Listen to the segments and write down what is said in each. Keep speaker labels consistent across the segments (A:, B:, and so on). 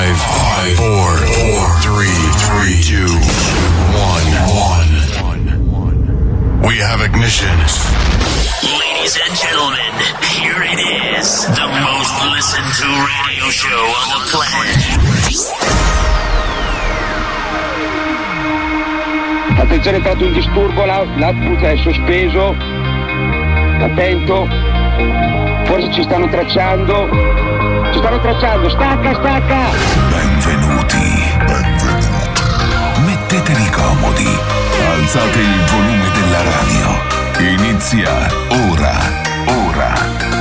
A: 5, 4, 4, 3, 3, 2, 1, 1. We have ignition.
B: Ladies and gentlemen, here it is, the most listened to radio show on the planet.
C: Attenzione, è entrato un disturbo, l'out- l'output è sospeso. Attento. Forse ci stanno tracciando. Ci stanno tracciando. Stacca, stacca.
D: Benvenuti. Benvenuti. Mettetevi comodi. Alzate il volume della radio. Inizia ora. Ora.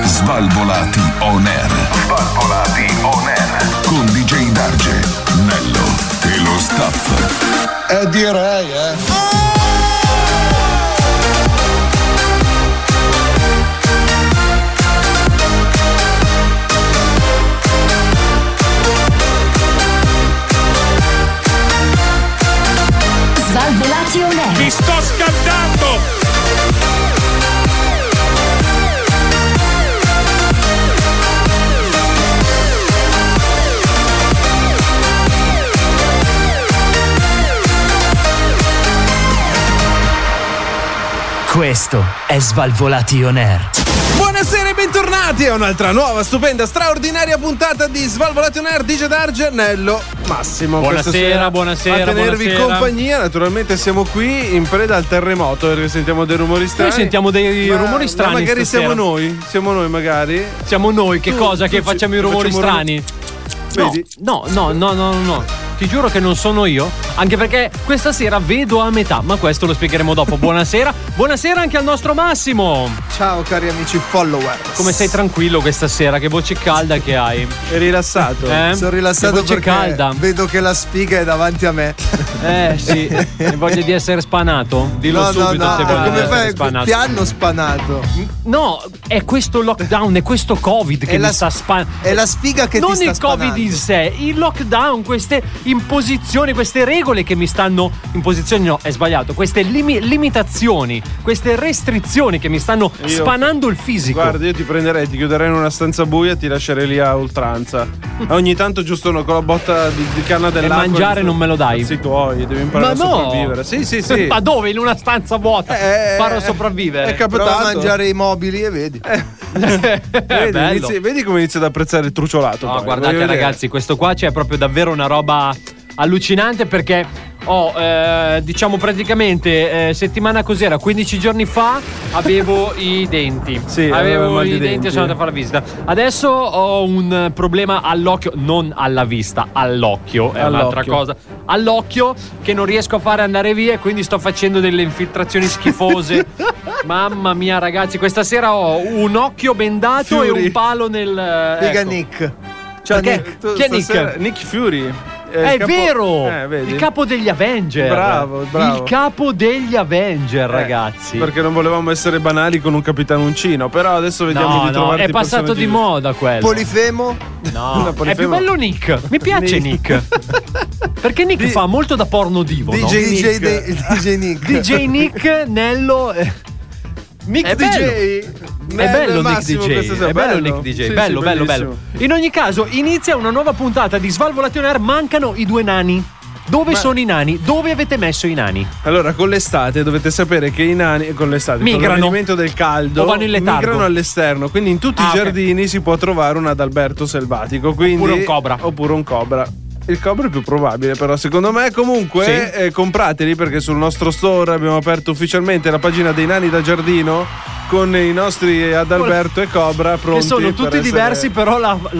D: Svalvolati on air. Svalvolati on air. Con DJ Darge, Nello e lo staff.
E: Eh direi, eh.
F: Svalvolati on air.
G: Mi sto scaldando!
H: Questo è Svalvolati On Air.
I: Buonasera e bentornati a un'altra nuova, stupenda, straordinaria puntata di Svalvolati on Air DJ D'Argenello Massimo. questa
J: Buonasera,
I: sera
J: buonasera,
I: A tenervi
J: buonasera.
I: compagnia, naturalmente siamo qui in preda al terremoto perché sentiamo dei rumori strani.
J: sentiamo dei rumori
I: ma
J: strani
I: magari
J: stasera.
I: siamo noi, siamo noi magari.
J: Siamo noi, che
I: Tu-
J: cosa?
I: tu
J: Che
I: ci-
J: facciamo i
I: facciamo
J: rumori
I: rumori-
J: strani?
I: Vedi?
J: No, no, no, no, no, no. Ti giuro che non sono io, anche perché questa sera vedo a metà, ma questo lo spiegheremo dopo. Buonasera, buonasera anche al nostro Massimo.
K: Ciao cari amici follower.
J: Come sei tranquillo questa sera? Che voce calda che hai.
I: È rilassato.
J: Eh?
K: Sono rilassato
J: Che voce
K: perché
J: calda.
K: vedo che la sfiga è davanti a me.
J: Eh sì, hai voglia di essere spanato? Dillo
K: no,
J: subito
K: no,
J: se
K: no,
J: vuoi
K: come
J: essere
K: fai?
J: spanato.
K: Ti hanno spanato.
J: No, è questo lockdown, è questo Covid che
K: È
J: mi
K: la-
J: sta span...
K: È la sfiga che
J: non
K: ti sta
J: il covid
K: spanando.
J: in sé il lockdown queste imposizioni queste regole che mi stanno imposizioni no è sbagliato queste limi- limitazioni queste restrizioni che mi stanno
I: Io-
J: spanando il fisico
I: Guarda, io ti prenderei, ti chiuderei in una stanza buia e ti lascerei lì a oltranza. Ogni tanto giusto no, con la botta di, di canna dell'acqua.
J: mangiare
I: giusto-
J: non me lo dai.
I: Cazzi tuoi, devi
J: ma
I: imparare a
J: no
I: sopravvivere. Sì, sì, sì.
J: ma dove in una stanza vuota
I: Eh,
J: farò
I: È
J: sopravvivere
K: Prova a
I: capitato.
K: mangiare i mobili e vedi.
J: Eh,
I: Vedi,
J: bello.
I: inizi- vedi come inizia ad apprezzare il truciolato.
J: No,
I: poi,
J: guardate
I: voglio vedere.
J: ragazzi, questo qua c'è proprio davvero una roba allucinante perché ho, eh, diciamo praticamente, eh, settimana cos'era, 15 giorni fa avevo i denti.
I: Sì, aveva il
J: avevo
I: mal
J: i
I: di
J: denti,
I: denti.
J: e sono andato a fare la visita. Adesso ho un eh, problema all'occhio, non alla vista, all'occhio, è un'altra
I: All'occhio.
J: cosa. All'occhio che non riesco a fare andare via e quindi sto facendo delle infiltrazioni schifose. Mamma mia ragazzi, questa sera ho un occhio bendato e
I: Fiori.
J: un palo nel... eh,
K: Figa
J: ecco.
K: Nick. Ciao
J: Perché?
K: Nick.
I: Cioè, Tu
J: Chi è Nick?
I: stasera- Nick Fury.
J: È,
I: Eh, il capo-
J: vero!
I: Eh, vedi?
J: Il capo degli Avenger.
I: Bravo, bravo.
J: Il capo degli Avenger,
I: Eh,
J: ragazzi.
I: Perché non volevamo essere banali con un capitanuncino. Però adesso vediamo
J: No,
I: di
J: no,
I: trovarti
J: è passato
I: persone
J: di
I: giuste.
J: moda quello.
K: Polifemo.
J: no,
I: Una
J: è più
I: polifemo.
J: bello Nick. Mi piace Nick. Perché Nick fa molto da porno divo, no?
K: DJ, Nick. DJ Nick.
J: DJ Nick, Nello eh,
I: Nick
J: È
I: DJ.
J: è
I: Nel
J: bello Nick
I: massimo
J: DJ,
I: questa sera,
J: è bello Nick DJ,
I: Sì,
J: bello,
I: sì,
J: bello,
I: bellissimo.
J: bello. In ogni caso inizia una nuova puntata di Svalvolation Air, mancano i due nani. Dove sono i nani? Dove avete messo i nani?
I: Allora, con l'estate dovete sapere che i nani, con l'estate,
J: Migrano.
I: con l'avvenimento del caldo,
J: O vanno in letargo.
I: migrano all'esterno. Quindi in tutti
J: Ah,
I: i
J: ok.
I: giardini si può trovare un adalberto selvatico. Quindi,
J: Oppure un cobra.
I: Oppure un cobra. Il cobra è più probabile, però secondo me comunque
J: Sì.
I: eh, comprateli perché sul nostro store abbiamo aperto ufficialmente la pagina dei nani da giardino con i nostri Adalberto e Cobra pronti.
J: Che sono
I: per
J: tutti
I: essere-
J: diversi, però la, la-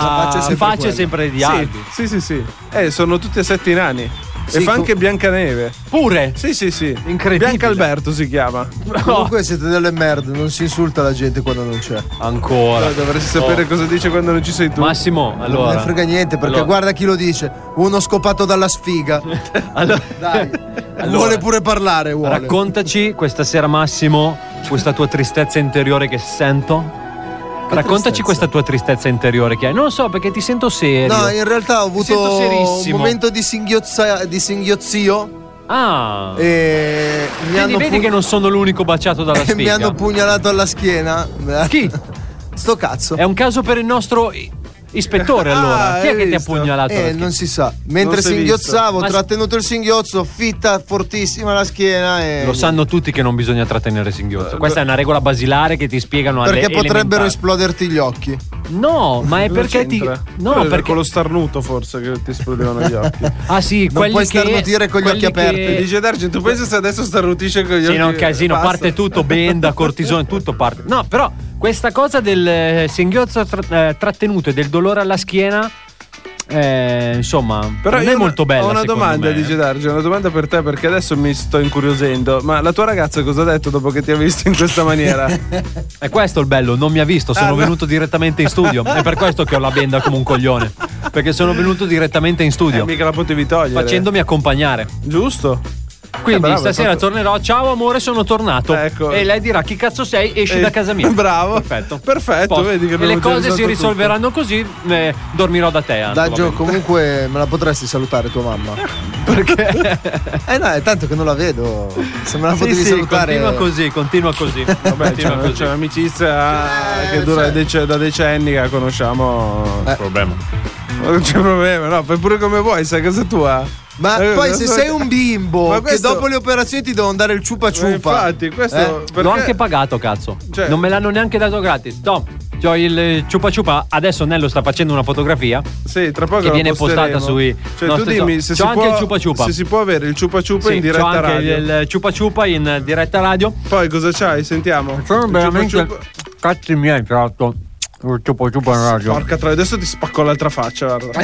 I: Cioè,
K: faccia è sempre
J: faccia è
K: quella.
J: Ah, sempre di
I: Sì,
J: Albi.
I: sì, sì, sì. Eh, sono tutti e sette i nani.
K: Sì,
I: e fa
K: co-
I: anche Biancaneve.
J: Pure.
I: Sì, sì, sì.
J: Incredibile.
I: Bianca Alberto si chiama.
K: Comunque siete delle merde, non si insulta la gente quando non c'è.
J: Ancora.
K: Eh,
I: Poi Eh, dovresti sapere
J: Oh.
I: cosa dice quando non ci sei tu.
J: Massimo, allora.
K: Non ne frega niente perché
J: Allora.
K: guarda chi lo dice. Uno scopato dalla sfiga.
J: Allora-
K: Dai.
J: Allora.
K: Vuole pure parlare, vuole.
J: Raccontaci questa sera, Massimo, questa tua tristezza interiore che sento. Raccontaci
K: tristezza?
J: questa tua tristezza interiore che hai. Non lo so perché ti sento serio.
K: No, in realtà ho
J: Ti sento
K: avuto un
J: serissimo.
K: momento di, singhiozza- di singhiozzio
J: Ah.
K: e mi
J: Quindi
K: Eh, hanno,
J: vedi
K: pug-
J: che non sono l'unico baciato dalla
K: e mi
J: sfiga.
K: hanno pugnalato alla schiena.
J: Chi?
K: Sto cazzo.
J: È un caso per il nostro Ispettore allora,
I: Ah,
J: chi è
I: hai
J: che ti ha
I: visto?
J: pugnalato? la
K: Eh,
J: schiena?
K: non si sa. Mentre
I: Non si è
K: singhiozzavo, ho
J: visto. Ma-
K: trattenuto il singhiozzo, fitta fortissima la schiena
I: Eh,
K: e...
J: Lo sanno tutti che non bisogna trattenere il singhiozzo. Eh, Questa è una regola basilare che ti spiegano alle
K: Perché potrebbero
J: elementari.
K: esploderti gli occhi.
J: No, ma è
I: Cosa
J: perché ti
I: c'entra?
J: No,
I: Quello era
J: perché
I: con lo starnuto forse che ti esplodevano gli occhi.
J: Ah sì,
K: Non
J: quelli
K: puoi
J: che
K: starnutire con gli
J: quelli
K: occhi aperti.
J: che-
I: E dice Dargen, tu pensi se adesso starnutisce con gli
J: Sì,
I: occhi?
J: no, è un casino,
I: Basta.
J: parte tutto, benda, cortisone, tutto parte. No, però questa cosa del eh, singhiozzo tra- eh, trattenuto e del dolore alla schiena, eh, insomma,
I: Però
J: non
I: io
J: è
I: ho-
J: molto bella.
I: Ho una
J: secondo
I: domanda,
J: me. eh.
I: dice Dargen, una domanda per te perché adesso mi sto incuriosendo. Ma la tua ragazza cosa ha detto dopo che ti ha visto in questa maniera?
J: È questo il bello, non mi ha visto, sono
I: Ah, no.
J: venuto direttamente in studio. è per questo che ho la benda come un coglione. Perché sono venuto direttamente in
I: Eh,
J: studio,
I: mica la potevi togliere.
J: facendomi accompagnare.
I: Giusto?
J: Quindi
I: Eh, bravo,
J: stasera
I: hai fatto-
J: tornerò, ciao amore, sono tornato.
I: Ecco.
J: E lei dirà chi cazzo sei, esci
I: Eh,
J: da casa mia.
I: bravo.
J: Perfetto.
I: Perfetto,
J: Posto.
I: vedi che
J: E le
I: abbiamo già
J: cose si
I: risolto
J: risolveranno così, eh, dormirò da te. Anto,
K: Daggio,
J: va bene.
K: comunque me la potresti salutare tua mamma? Perché? Eh no, è tanto che non la vedo. Se me la
J: Sì,
K: potevi
J: sì,
K: salutare.
J: continua così, continua così.
I: eh. Vabbè, cioè,
J: continua
I: c'è,
J: così.
I: c'è un'amicizia
K: Eh,
I: che dura
K: cioè-
I: dec- da decenni che la conosciamo.
K: Eh.
I: Problema. Non c'è problema, no, fai pure come vuoi, sai casa tua.
K: Ma
I: Eh,
K: poi
I: non
K: se
I: so-
K: sei un bimbo
I: Ma questo-
K: che dopo le operazioni ti devono dare il ciupa
I: Eh,
K: ciupa.
I: Infatti, questo
K: Eh?
I: perché-
J: L'ho anche pagato, cazzo.
I: Cioè-
J: Non me l'hanno neanche dato gratis. No, c'ho il eh, ciupa ciupa. Adesso Nello sta facendo una fotografia.
I: Sì, tra poco
J: che
I: la
J: viene
I: posteremo.
J: postata sui
I: Cioè, tu
J: nostri
I: dimmi
J: social.
I: se
J: C'ho
I: si,
J: anche
I: può,
J: il ciupa ciupa.
I: se si può avere il ciupa ciupa
J: Sì,
I: in
J: c'ho
I: diretta
J: anche
I: radio.
J: il ciupa ciupa in diretta radio.
I: Poi cosa c'hai? Sentiamo.
J: Sono
I: Il
J: veramente
I: ciupa ciupa-
J: cazzi miei, peraltro. Il ciupa ciupa in radio.
I: Porca troia, adesso ti spacco l'altra faccia, guarda.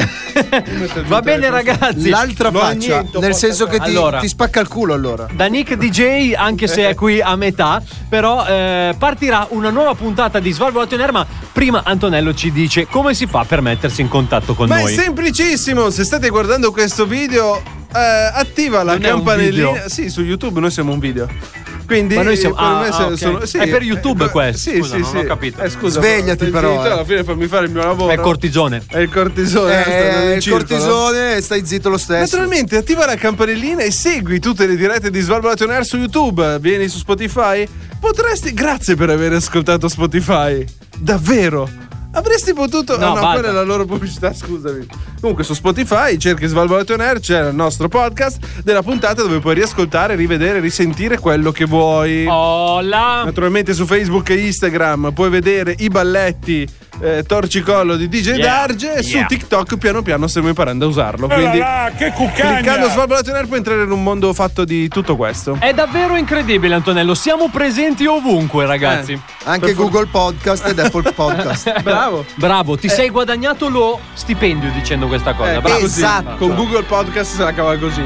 J: Va bene, ragazzi.
K: L'altra
I: Non
K: faccia,
I: niente,
K: nel
I: porca
K: senso che ti,
J: Allora.
K: ti spacca il culo allora.
J: da Nick DJ, anche se è qui a metà, però eh, partirà una nuova puntata di Svalvolato in Air, ma prima Antonello ci dice come si fa per mettersi in contatto con
I: Ma
J: noi.
I: è semplicissimo, se state guardando questo video, eh, attiva la
J: Non è un
I: campanellina.
J: video.
I: Sì, su YouTube noi siamo un video. Quindi
J: Ma noi siamo-
I: per
J: ah,
I: me
J: ah,
I: se-
J: ok.
I: sono- sì,
J: È per YouTube
I: eh,
J: questo.
I: Sì,
J: Scusa,
I: sì,
J: non
I: sì.
J: ho capito.
I: Eh, scusa,
K: Svegliati, però,
I: zitto,
K: eh.
I: Alla fine fammi fare il mio lavoro.
J: È cortisone.
I: È il cortisone. stanno nel
K: Eh, il
I: circolo.
K: cortisone, stai zitto lo stesso.
I: Naturalmente attiva la campanellina e segui tutte le dirette di Svalvolato on Air su YouTube. Vieni su Spotify. Potresti. Grazie per aver ascoltato Spotify. Davvero. Avresti potuto.
J: No,
I: ah, no,
J: basta.
I: quella è la loro pubblicità, scusami. Comunque su Spotify cerchi Svalvolato on Air, c'è il nostro podcast della puntata dove puoi riascoltare, rivedere, risentire quello che vuoi.
J: Hola.
I: Naturalmente su Facebook e Instagram puoi vedere i balletti eh, torcicollo di DJ
J: Yeah,
I: Darge e su
J: yeah.
I: TikTok piano piano stiamo imparando a usarlo. Quindi cliccando su Valvolato in Air puoi entrare in un mondo fatto di tutto questo.
J: È davvero incredibile, Antonello. Siamo presenti ovunque, ragazzi.
K: Eh, Anche Google Podcast ed Apple Podcast.
I: Bravo.
J: Bravo, ti sei guadagnato lo stipendio dicendo questa cosa.
I: Eh,
J: Bravo.
I: così.
K: esatto.
I: Con Google Podcast se la cava così.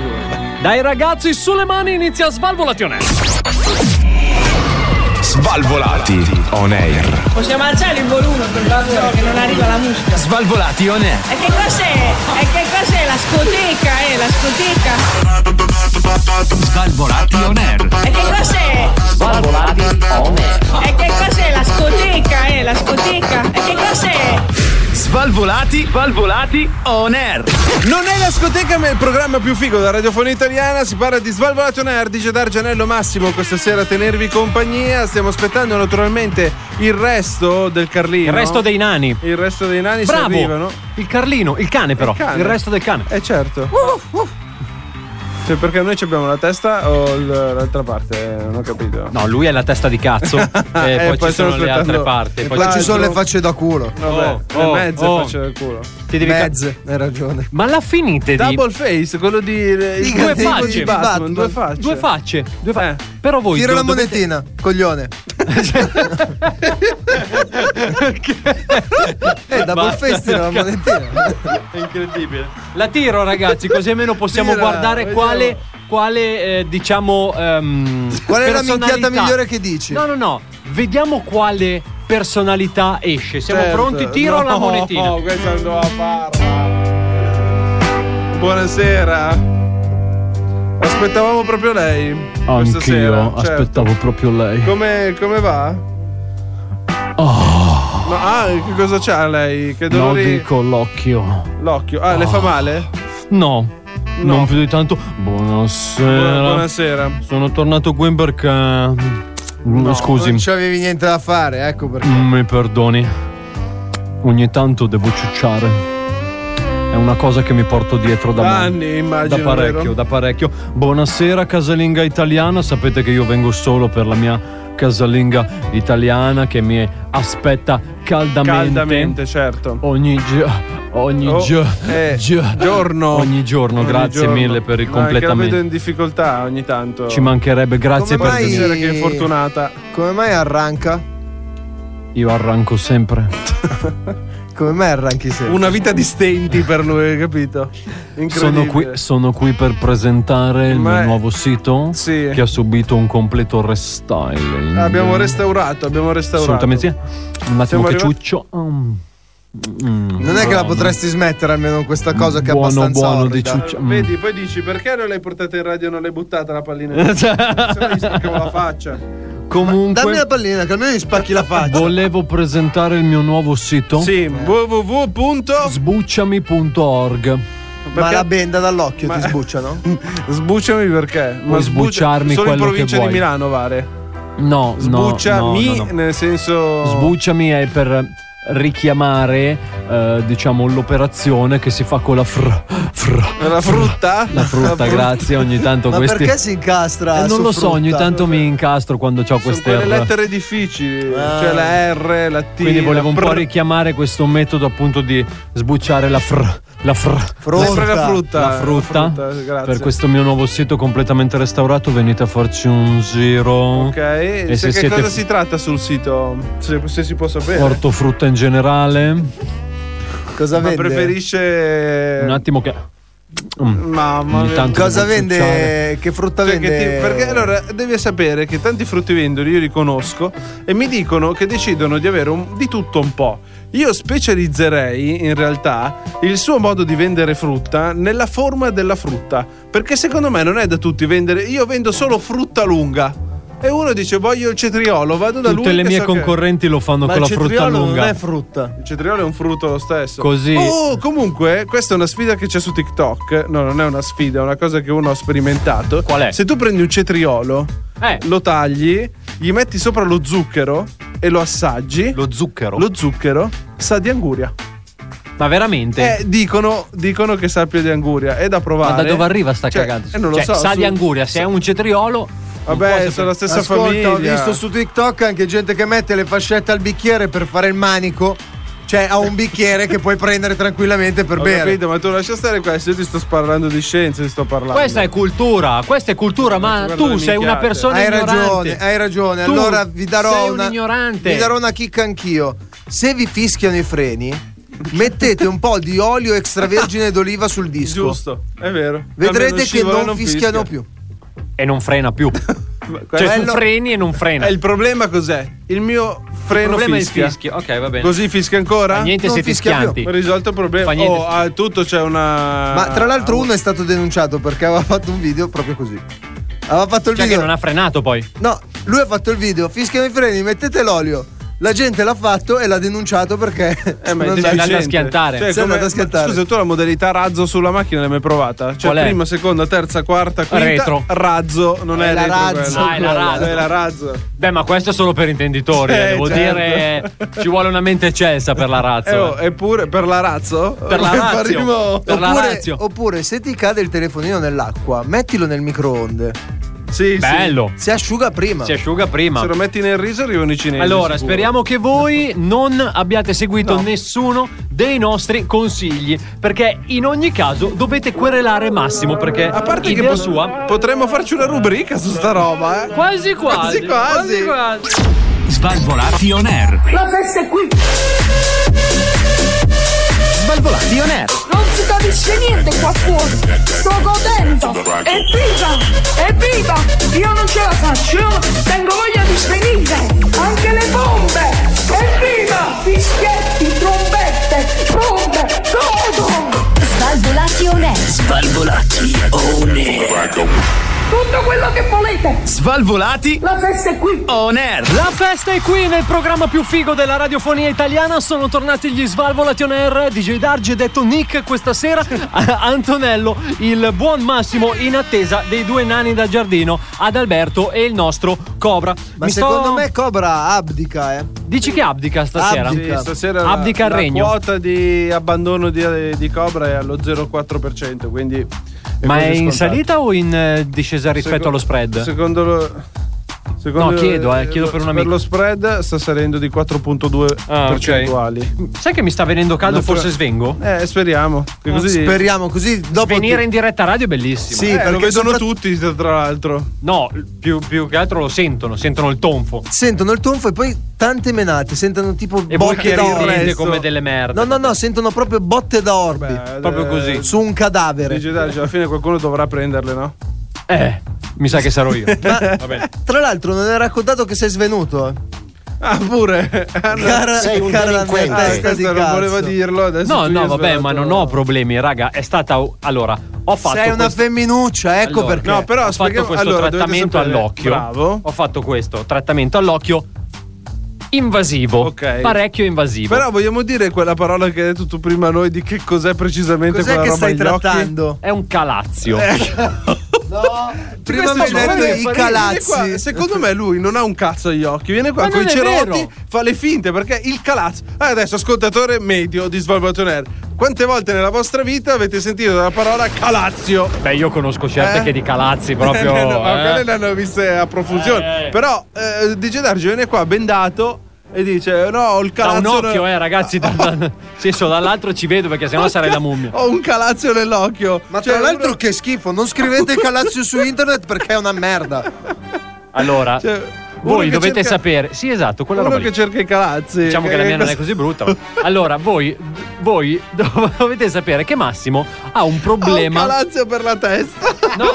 J: Dai ragazzi, sulle mani inizia Svalvolatione.
D: Svalvolati on air.
E: Possiamo alzare il volume per favore che non arriva la musica.
H: Svalvolati on air.
E: E che cos'è? E che cos'è? La scoteca, eh, la scoteca.
H: Svalvolati on air.
E: E che cos'è? E che cos'è? La scoteca, eh, la scoteca. E che cos'è?
H: Svalvolati, svalvolati on air.
I: Non è la scoteca, ma è il programma più figo della radiofonia italiana. Si parla di Svalvolato on Air, dice Dargianello Massimo questa sera a tenervi compagnia. Stiamo aspettando naturalmente il resto del Carlino.
J: Il resto dei nani.
I: Il resto dei nani si
J: Bravo.
I: arrivano.
J: Il Carlino, il cane però.
I: Il cane.
J: il resto del cane.
I: Eh certo. Cioè, perché noi ci abbiamo la testa o il- l'altra parte? Non ho capito.
J: No, lui è la testa di cazzo. e poi,
I: Eh, poi
J: ci sono
I: stanno
J: le altre
I: aspettando-
J: parti.
I: e
J: Poi
K: Poi
J: ci-
K: ci sono le
I: L'altro-
K: facce da culo.
I: Vabbè,
J: Oh, oh,
I: le mezze
J: oh.
I: faccio del culo.
J: ti devi ca-
K: Mezze, hai ragione.
J: Ma la finite di
I: Double face, quello di.
K: Di
I: quello
J: due facce.
I: Di
J: Di
I: Batman,
K: Batman.
I: Due facce.
J: due facce. Due fa-
I: Eh.
J: Però voi
K: Tira
J: do-
K: la
J: dovete-
K: monetina, coglione. Eh, double
J: Basta.
K: face tira la monetina.
I: È incredibile.
J: La tiro, ragazzi, così almeno possiamo
I: Tira,
J: guardare
I: vediamo.
J: quale quale eh, diciamo ehm,
K: Qual è la
J: personalità-
K: minchiata migliore che dici?
J: No, no, no. Vediamo quale personalità esce. Siamo
I: Certo.
J: pronti? Tiro la
I: No,
J: monetina.
I: No, questa non doveva farla. Buonasera. Aspettavamo proprio lei.
J: Ah,
I: questa sera, certo.
J: proprio lei.
I: Come, come va? No, ah, che cosa c'ha lei? Che
J: Oh. No,
I: dolori?
J: l'occhio.
I: L'occhio. Ah, le fa male?
J: No.
I: No.
J: Non più di tanto. Buonasera.
I: Buonasera.
J: Sono tornato qui perché.
K: No,
J: Scusi,
K: Non c'avevi niente da fare, ecco perché.
J: mi perdoni. Mm, ogni tanto devo ciucciare. È una cosa che mi porto dietro da,
I: Da
J: man-
I: anni, immagino,
J: Da parecchio,
I: vero?
J: da parecchio. Buonasera, casalinga italiana. Sapete che io vengo solo per la mia casalinga italiana che mi aspetta caldamente.
I: Caldamente, certo.
J: Ogni, gio- ogni
I: Oh,
J: gio-
I: eh,
J: gio-
I: giorno.
J: Ogni giorno, grazie
I: giorno.
J: mille per il
I: Ma anche la
J: completamento.
I: vedo in difficoltà ogni tanto.
J: Ci mancherebbe, grazie
K: Come
J: per
K: mai-
J: venire.
I: Sera che è fortunata.
K: Come mai arranca?
J: Io arranco sempre.
K: Come mai arranchi sempre?
I: Una vita di stenti per lui, capito?
J: Sono
I: Incredibile.
J: qui, sono qui per presentare il
I: Ma-
J: mio nuovo sito
I: Sì.
J: che ha subito un completo restyling.
I: Abbiamo restaurato, abbiamo restaurato.
J: Assolutamente sì. Un attimo
I: Siamo
J: che
I: arrivati-
J: ciuccio. Mm. Mm,
K: Non è che la
J: buono.
K: potresti smettere almeno questa cosa che è
J: Buono,
K: abbastanza
J: buono di
K: orrida.
J: ciuccio. Mm.
I: Vedi, poi dici perché non l'hai portata in radio e non l'hai buttata la pallina? Non Se no gli spaccavo la faccia.
K: Dammi la
J: Mm. Comunque,
K: pallina che almeno gli spacchi la faccia. Eh.
J: volevo presentare il mio nuovo sito.
I: Sì, www.
J: Sbucciami.org.
K: Ma
I: Perché-
K: la benda dall'occhio
I: Ma-
K: ti sbucciano?
I: Sbucciami perché?
J: Puoi sbucciarmi
I: solo in
J: quello che
I: provincia
J: vuoi.
I: di Milano, Vare.
J: No, no,
I: Sbucciami
J: no, no, no.
I: nel senso
J: Sbucciami è per richiamare, eh, diciamo, l'operazione che si fa con la fr. fr-
I: la frutta?
J: la frutta, grazie. Ogni tanto
K: Ma
J: questi.
K: perché si incastra?
J: Eh, non
K: su
J: lo so, ogni
K: frutta?
J: tanto mi incastro quando ho
I: Sono
J: queste
I: quelle
J: R.
I: lettere difficili,
K: Ah.
I: cioè la R, la T.
J: Quindi volevo un
I: la
J: po'
I: pr-
J: richiamare questo metodo appunto di sbucciare la fr. La fr.
K: Frutta.
I: Sempre la frutta.
J: La frutta,
I: grazie.
J: per questo mio nuovo sito completamente restaurato venite a farci un giro
I: Ok, e
J: se
I: se che
J: siete-
I: cosa si tratta sul sito? Se, se si può sapere.
J: porto frutta in generale
K: Cosa
I: Ma
K: vende?
I: preferisce
J: un attimo che Mm.
I: Mamma
J: Ogni
I: mia.
J: tanto
K: Cosa
J: devo
K: vende?
J: ciucciare.
K: Eh, Che frutta
I: Cioè,
K: vende?
I: che ti- perché allora devi sapere che tanti fruttivendoli io li conosco e mi dicono che decidono di avere un- di tutto un po'. Io specializzerei in realtà il suo modo di vendere frutta nella forma della frutta. Perché secondo me non è da tutti vendere. Io vendo solo frutta lunga. E uno dice voglio il cetriolo, vado da lui.
J: tutte le
I: che
J: mie
I: so che-
J: concorrenti lo fanno
K: Ma
J: con
K: il
J: la frutta
K: cetriolo
J: lunga
K: non è frutta.
I: Il cetriolo è un frutto lo stesso.
J: Così.
I: Oh, comunque, questa è una sfida che c'è su TikTok. No, non è una sfida, è una cosa che uno ha sperimentato.
J: Qual è?
I: Se tu prendi un cetriolo,
J: Eh.
I: lo tagli, gli metti sopra lo zucchero e lo assaggi.
J: lo zucchero
I: Lo zucchero sa di anguria.
J: ma veramente
I: Eh, dicono, dicono che sappia di anguria. È da
J: ma
I: provare.
J: da dove arriva sta
I: Cioè,
J: cagata
I: eh, non lo
J: Cioè,
I: so.
J: sa
I: su-
J: di anguria se è un cetriolo non può
I: Vabbè,
J: sapere-
I: sono la stessa
K: Ascolta,
I: famiglia.
K: ho visto su TikTok anche gente che mette le fascette al bicchiere per fare il manico. Cioè, ha un bicchiere che puoi prendere tranquillamente per
I: Ho
K: bere.
I: capito, ma tu lascia stare questo. Io ti sto parlando di scienze, ti sto parlando.
J: questa è cultura questa è cultura ma
I: guarda
J: tu
I: le
J: sei una
I: minchiate.
J: persona
K: Hai
J: ignorante
K: ragione, hai ragione.
J: Tu
K: allora vi darò
J: sei un
K: una
J: ignorante.
K: Vi darò una chicca anch'io. Se vi fischiano i freni, mettete un po' di olio extravergine d'oliva sul disco.
I: Giusto, è vero. Almeno
K: Vedrete che
I: scivola e
K: non, fischiano
I: fischia.
K: più.
J: e non frena più cioè
I: Quello-
J: tu freni e non frena
I: Eh, il problema cos'è? Il mio freno
J: problema è il
I: fischia.
J: fischio. Ok, va bene.
I: Così fischia ancora?
J: Fa niente
K: non
J: se ti
K: fischia più.
J: schianti.
I: Ho risolto il problema.
J: Fa niente.
I: Oh, a tutto c'è una.
K: Ma tra l'altro uno è stato denunciato perché aveva fatto un video proprio così. Aveva fatto il
J: Cioè che
K: video.
J: non ha frenato poi.
K: No, lui ha fatto il video, fischiano i freni, mettete l'olio. La gente l'ha fatto e l'ha denunciato perché
I: Eh, ma è
K: non
J: andato a
I: deficiente.
J: schiantare.
I: Cioè,
K: Sei
I: come-
K: andato a schiantare.
I: Scusa, tu la modalità razzo sulla macchina l'hai mai provata? Cioè,
J: Qual è?
I: prima, seconda, terza, quarta, quinta.
J: Retro.
I: Razzo, non è,
K: È la
I: retro
K: razzo,
I: quella.
J: Ah, è la razzo.
I: È la razzo.
J: Beh, ma questo è solo per intenditori. eh,
I: Eh,
J: Devo
I: certo.
J: dire, eh, ci vuole una mente eccelsa per la razza.
I: Eh, oh, eppure per la razzo?
J: Per la razzo.
I: Faremo-
J: Per la
K: oppure,
J: razio.
K: oppure se ti cade il telefonino nell'acqua, mettilo nel microonde.
I: Sì, sì.
J: Bello.
K: Si asciuga prima.
J: Si asciuga prima.
I: Se lo metti nel riso arrivano i cinesi.
J: Allora,
I: sicuro.
J: speriamo che voi non abbiate seguito
I: No.
J: nessuno dei nostri consigli. Perché in ogni caso dovete querelare Massimo. Perché
I: A parte che
J: idea
I: po-
J: sua.
I: potremmo farci una rubrica su sta roba, eh.
J: Quasi quasi.
I: Quasi quasi.
J: quasi.
H: Svalvolati on air.
B: La festa è qui,
H: Svalvolati on air.
B: non si capisce niente qua fuori. Sto godendo. Evviva! Evviva! Io non ce la faccio, io tengo voglia di svenire. Anche le bombe! Evviva! Fischietti, trombette, bombe, godo!
F: Svalvolati on air.
B: Tutto quello che volete!
H: Svalvolati
B: La festa è qui!
H: on air.
J: La festa è qui nel programma più figo della radiofonia italiana. Sono tornati gli Svalvolati on Air. DJ Darge, detto Nick, questa sera. a- Antonello, il buon Massimo, in attesa dei due nani da giardino, Adalberto e il nostro Cobra.
K: Ma
J: Mi sto-
K: secondo me Cobra abdica, eh.
J: Dici che abdica stasera?
I: Sì, stasera
J: abdica
I: la,
J: il regno.
I: La quota di abbandono di, di Cobra è allo 0,4%, quindi... è
J: Ma è
I: quasi
J: in
I: scontato.
J: salita o in eh, discesa rispetto
I: Secondo-
J: allo spread?
I: Secondo lo... secondo-
J: No, chiedo, eh, chiedo per un amico.
I: lo spread sta salendo di 4.2
J: Ah, ok.
I: percentuali.
J: Sai che mi sta venendo caldo,
I: Natura-
J: forse svengo?
I: Eh, speriamo. Che così-
K: Eh, Speriamo così dopo
J: Venire
K: ti-
J: in diretta radio è bellissimo.
K: Sì,
I: Eh,
K: perché
I: lo vedono
K: sopra-
I: tutti, tra tra l'altro.
J: No, più, più che altro lo sentono, sentono il tonfo.
K: sentono il tonfo e poi tante menate, sentono tipo
J: E voi
K: botte
J: che
K: da
J: ridete
K: orme.
J: come delle merde.
K: No, no, no, sentono proprio botte da orbi
I: Beh,
J: Proprio
I: eh,
J: così.
K: su un cadavere.
I: Dice, dai, cioè, alla fine qualcuno dovrà prenderle, no?
J: Eh, mi sa che sarò io. Va bene.
K: Tra l'altro non hai raccontato che sei svenuto.
I: Ah, pure. Ah, no.
K: Cara, sei un delinquente.
I: Ah, questo non volevo dirlo. Adesso
J: No,
I: tu
J: no,
I: gli
J: vabbè,
I: hai
J: ma non
I: svelato-
J: ho problemi, raga. È stata. Allora, ho fatto.
K: Sei una
J: questo-
K: femminuccia, ecco
J: Allora,
K: perché.
I: No, però
J: ho fatto
I: spieghiamo-
J: questo
I: allora, dovete
J: trattamento
I: sapere-
J: all'occhio.
I: Bravo.
J: Ho fatto questo trattamento all'occhio invasivo.
I: Ok.
J: Parecchio invasivo.
I: Però vogliamo dire quella parola che hai detto tu prima a noi di che cos'è precisamente
K: Cos'è
I: quella
K: che
I: roba
K: stai
I: agli occhi?
K: trattando?
J: è un calazio.
I: Eh.
K: Prima mi hai
I: Questo
K: detto
I: viene-
K: i
I: viene qua.
K: calazzi.
I: Secondo me lui non ha un cazzo agli occhi. Viene qua
J: Ma
I: con i
J: non è
I: cerotti,
J: vero.
I: fa le finte perché il calazzo. Ah, adesso, ascoltatore medio di Svalbard Air. Quante volte nella vostra vita avete sentito la parola calazio?
J: Beh, io conosco certe
I: Eh?
J: Certo che di calazzi proprio.
I: Eh, no, ma
J: eh.
I: quelle le hanno viste a profusione.
J: Eh.
I: Però eh, DJ Darge viene qua bendato e dice: No, ho il
J: Da
I: calazzo.
J: un occhio,
I: nel-
J: eh, ragazzi. Da, da- senso, dall'altro ci vedo perché sennò sarei la mummia.
I: Ho un calazzo nell'occhio.
K: Ma
I: Cioè,
K: tra l'altro
I: uno-
K: che schifo, non scrivete il calazio su internet perché è una merda.
J: Allora,
I: cioè, uno
J: voi
I: che
J: dovete
I: cerca-
J: sapere. Sì, esatto, quella
I: Uno
J: roba. lì.
I: che cerca i calazzi.
J: Diciamo che la mia non è così brutta. ma- Allora, voi, voi dovete sapere che Massimo ha un problema.
I: Ha Ah, un calazzo per la testa.
J: No,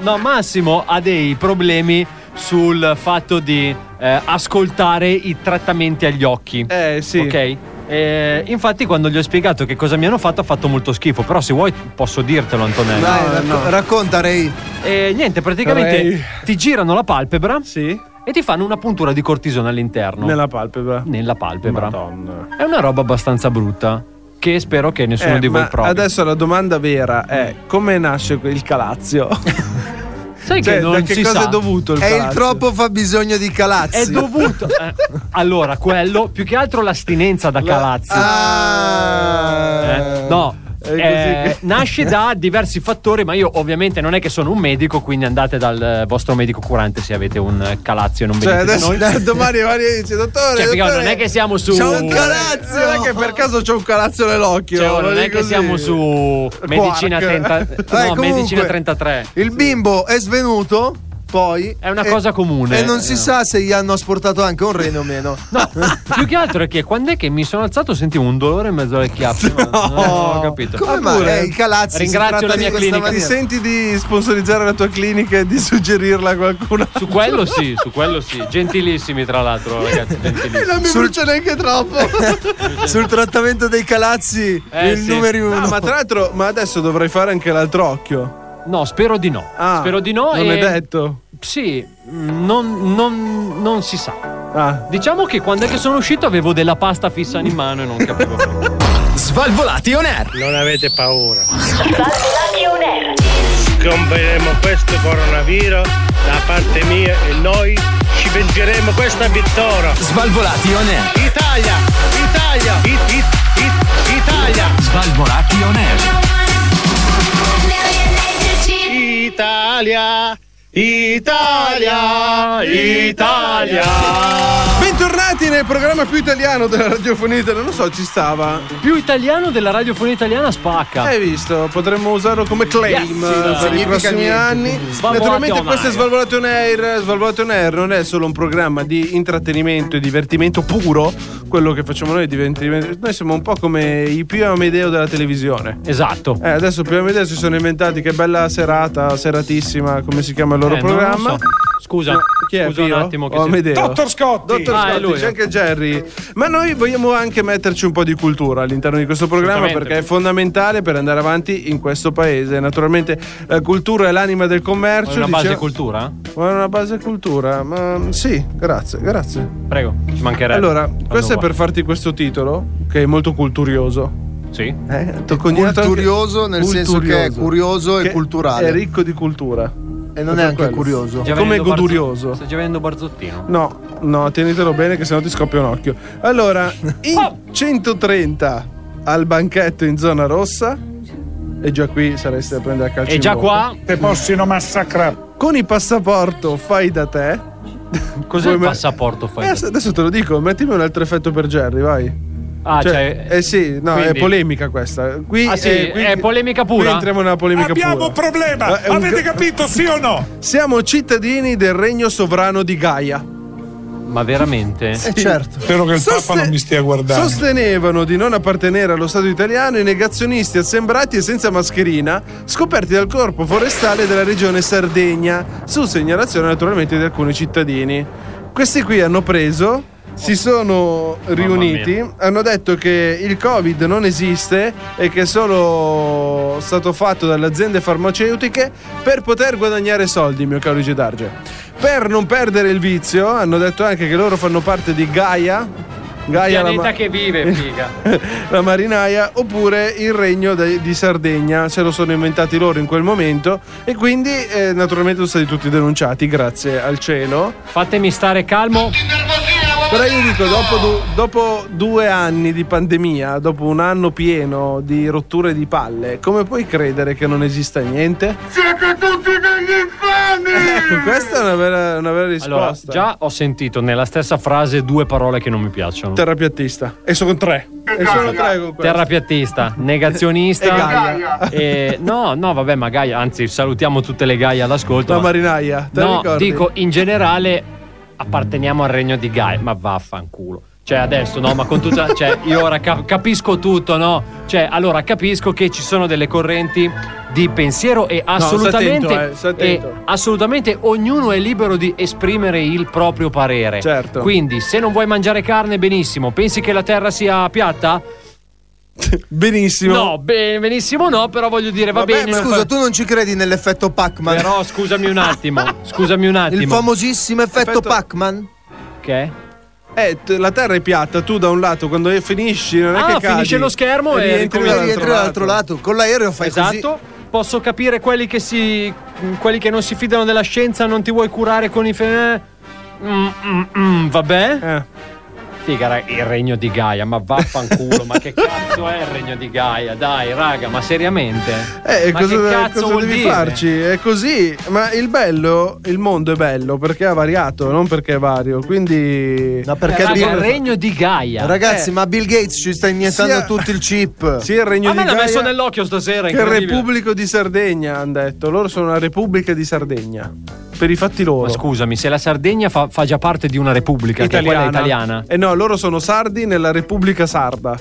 J: no, Massimo ha dei problemi sul fatto di eh, ascoltare i trattamenti agli occhi.
I: Eh, sì.
J: Ok? Eh, infatti, quando gli ho spiegato che cosa mi hanno fatto, ha fatto molto schifo. Però, se vuoi, posso dirtelo, Antonello.
K: Dai, racco- racconta Ray.
J: E niente, praticamente
I: Ray.
J: ti girano la palpebra
I: Sì.
J: e ti fanno una puntura di cortisone all'interno.
I: Nella palpebra.
J: Nella palpebra.
I: Madonna.
J: È una roba abbastanza brutta. Che spero che nessuno
I: Eh,
J: di voi
I: ma
J: provi.
I: Adesso la domanda vera è: come nasce il calazio?
J: Sai
I: cioè,
J: che
I: da
J: non
I: che
J: si
I: cosa
J: sa.
I: è dovuto il
K: È
I: calazio?
K: il troppo fa bisogno di calazzi.
J: È dovuto. eh, allora, quello più che altro l'astinenza da calazzi.
K: Ah.
J: Eh, no.
I: È così
J: eh,
I: che-
J: nasce da diversi fattori, ma io ovviamente non è che sono un medico, quindi andate dal eh, vostro medico curante se avete un eh, calazio e non
I: Cioè,
J: venite da
I: adesso
J: noi.
I: da domani Maria dice: Dottore,
J: Cioè, figa,
I: dottore,
J: non è che siamo su-
I: C'è un calazio. Non è che per caso c'è un calazio nell'occhio.
J: Cioè, ora
I: lo
J: non è
I: dico
J: che
I: così.
J: siamo su medicina,
I: Quark.
J: 30
K: Dai,
J: no,
K: comunque,
J: medicina 33.
K: Il bimbo è svenuto, poi...
J: È una
K: e-
J: cosa comune. Eh.
K: E non si sa se gli hanno asportato anche un rene o meno.
J: No, più che altro è che quando è che mi sono alzato sentivo un dolore in mezzo alle chiappe. ma non ho capito.
K: Come
I: Ah,
K: mai?
I: pure?
K: Eh, I calazzi
J: Ringrazio
K: si
J: la
K: tratta
J: mia
K: di questa
J: clinica.
I: Ti
K: maniera.
I: senti di sponsorizzare la tua clinica e di suggerirla a qualcuno?
J: Su quello sì, su quello sì. Gentilissimi, tra l'altro, ragazzi,
I: E
J: gentilissimi.
I: non mi brucia neanche troppo.
K: Sul trattamento dei calazzi,
J: Eh,
K: il
J: sì.
K: numero uno.
I: No, ma tra l'altro, ma adesso dovrei fare anche l'altro occhio.
J: No, spero di no.
I: Ah,
J: spero di no.
I: Non
J: e-
I: è detto.
J: Sì, mm, non, non- non si sa.
I: Ah.
J: Diciamo che quando è che sono uscito avevo della pasta fissa in mano e non capivo. più.
H: Svalvolati on air.
F: Svalvolati on air.
G: Scomperemo questo coronavirus da parte mia e noi ci vengeremo questa vittoria.
H: Svalvolati on air.
G: Italia, Italia, it, it, it, Italia,
H: Svalvolati on air.
G: Italia, Italia, Italia.
I: Bentornati nel programma più italiano della radiofonia italiana. Non so, ci stava.
J: Più italiano della radiofonia italiana spacca.
I: Hai visto? Potremmo usarlo come claim
J: Yes, sì,
I: eh, per i
K: significa
I: prossimi
K: niente.
I: anni.
J: Svalvolati
I: Naturalmente,
J: on
I: questo è
J: air.
I: Svalvolato on Air. Svalvolato on Air non è solo un programma di intrattenimento e divertimento puro. Quello che facciamo noi è divertimento. Noi siamo un po' come i più Amedeo della televisione.
J: Esatto.
I: Eh, adesso più Amedeo si sono inventati che bella serata, seratissima, come si chiama il loro
J: Eh, non lo
I: programma.
J: so. Scusa,
I: Ma chi è
J: scusa un
I: Pio?
J: attimo che
I: O
J: si-
I: Amedeo?
G: Dottor Scotti.
I: Dottor
J: Ah, è
I: Scotti,
J: lui.
I: c'è anche Jerry. Ma noi vogliamo anche metterci un po' di cultura all'interno di questo programma
J: Assolutamente.
I: perché è fondamentale per andare avanti in questo paese. Naturalmente la cultura è l'anima del commercio.
J: Vuoi una base
I: dice-
J: cultura?
I: Vuoi una base cultura? Ma mm, sì, grazie, grazie.
J: Prego, ci mancherebbe.
I: Allora,
J: Quando
I: questo è
J: vuoi.
I: per farti questo titolo che è molto culturioso.
J: Sì.
I: Eh,
K: Culturioso nel senso che è curioso e culturale.
I: È ricco di cultura.
K: E non è anche curioso.
I: Come godurioso.
J: Sto già vedendo Barzottino.
I: No, no, tenitelo bene che sennò ti scoppia un occhio. Allora, in
J: Oh!
I: 130 al banchetto in zona rossa. E già qui saresti a prendere a calcio.
J: E
I: in
J: già
I: bocca.
J: qua?
I: Te possono massacrare. Con il passaporto fai da te.
J: Cos'è
I: Vuoi
J: il
I: me-
J: passaporto fai?
I: Eh, adesso te lo dico, mettimi un altro effetto per Jerry, vai.
J: Ah, cioè,
I: eh sì, no, è
J: quindi-
I: polemica questa. Qui,
J: Ah, sì,
I: eh, qui-
J: è polemica pura?
I: Qui entriamo nella polemica
L: Abbiamo
I: pura.
L: un problema.
I: Eh, è un
L: Avete
I: ca-
L: capito, sì o no?
I: Siamo cittadini del regno sovrano di Gaia.
J: Ma veramente?
I: eh, Sì.
L: Spero che il Papa
I: certo. Soste-
L: non mi stia guardando.
I: Sostenevano di non appartenere allo Stato italiano i negazionisti assembrati e senza mascherina, scoperti dal corpo forestale della regione Sardegna, su segnalazione naturalmente di alcuni cittadini. Questi qui hanno preso, si sono riuniti, hanno detto che il Covid non esiste e che è solo stato fatto dalle aziende farmaceutiche per poter guadagnare soldi, mio caro Gedarge. Per non perdere il vizio, hanno detto anche che loro fanno parte di Gaia. Gaia la
M: pianeta
I: ma- Eh,
M: che vive, figa.
I: la marinaia oppure il regno de- di Sardegna se lo sono inventati loro in quel momento e quindi eh, naturalmente sono stati tutti denunciati grazie al cielo
J: fatemi stare calmo
I: però io dico dopo, du- dopo due anni di pandemia dopo un anno pieno di rotture di palle come puoi credere che non esista niente?
B: Siete tutti degli infami!
I: Ecco, questa è una vera, una
J: Allora,
I: vera risposta
J: già ho sentito nella stessa frase due parole che non mi piacciono.
I: Terapiattista. E sono tre. E
B: Esatto.
I: sono tre con questo.
J: Terrapiattista, negazionista.
I: E Gaia.
J: e- no, no, vabbè, ma Gaia, anzi, salutiamo tutte le Gaia all'ascolto.
I: la
J: ma-
I: marinaia te la
J: No,
I: ricordi?
J: dico in generale apparteniamo al regno di Gaia, ma vaffanculo. Cioè adesso no, ma con tutta cioè io ora cap- capisco tutto, no? Cioè allora capisco che ci sono delle correnti di pensiero e
I: sta
J: assolutamente
I: attento, eh, sta attento.
J: e assolutamente ognuno è libero di esprimere il proprio parere.
I: Certo.
J: Quindi se non vuoi mangiare carne benissimo, pensi che la terra sia piatta?
I: benissimo
J: No, be- benissimo no, però voglio dire va
K: Vabbè,
J: bene.
K: ma
J: non
K: scusa,
J: fa-
K: tu non ci credi nell'effetto Pac-Man?
J: Però scusami un attimo, scusami un attimo.
K: Il famosissimo effetto,
I: Effetto-
K: Pac-Man?
J: Che?
I: Eh, t- la terra è piatta, tu da un lato quando eh, finisci non è
J: Ah,
I: che cadi,
J: finisce lo schermo e
I: rientri
J: ricominci.
I: dall'altro,
K: Rientri dall'altro lato, con l'aereo fai così.
J: Esatto. Posso capire quelli che si. quelli che non si fidano della scienza, non ti vuoi curare con i. Fe... Mm, mm, mm, vabbè.
I: Eh.
J: Figa, raga, il regno di Gaia, ma vaffanculo, ma che cazzo è il regno di Gaia? Dai, raga, ma seriamente?
I: Eh,
J: ma
I: cosa,
J: che cazzo
I: cosa
J: vuol
I: devi
J: dire?
I: farci? È così, ma il bello, il mondo è bello perché è variato, non perché è vario, quindi...
K: Ma
J: Eh,
K: perché
J: raga,
K: Bill-
J: il regno di Gaia.
K: Ragazzi,
I: Eh.
K: ma Bill Gates ci sta iniettando
I: Sia-
K: tutto il chip.
I: Sì, il regno
J: a
I: di
J: me l'ha
I: Gaia
J: messo nell'occhio stasera,
I: che è il
J: incredibile.
I: Repubblico di Sardegna, hanno detto. Loro sono una Repubblica di Sardegna, per i fatti loro.
J: Ma scusami, se la Sardegna fa, fa già parte di una repubblica, che è quella italiana,
I: Eh no, loro sono sardi nella Repubblica Sarda.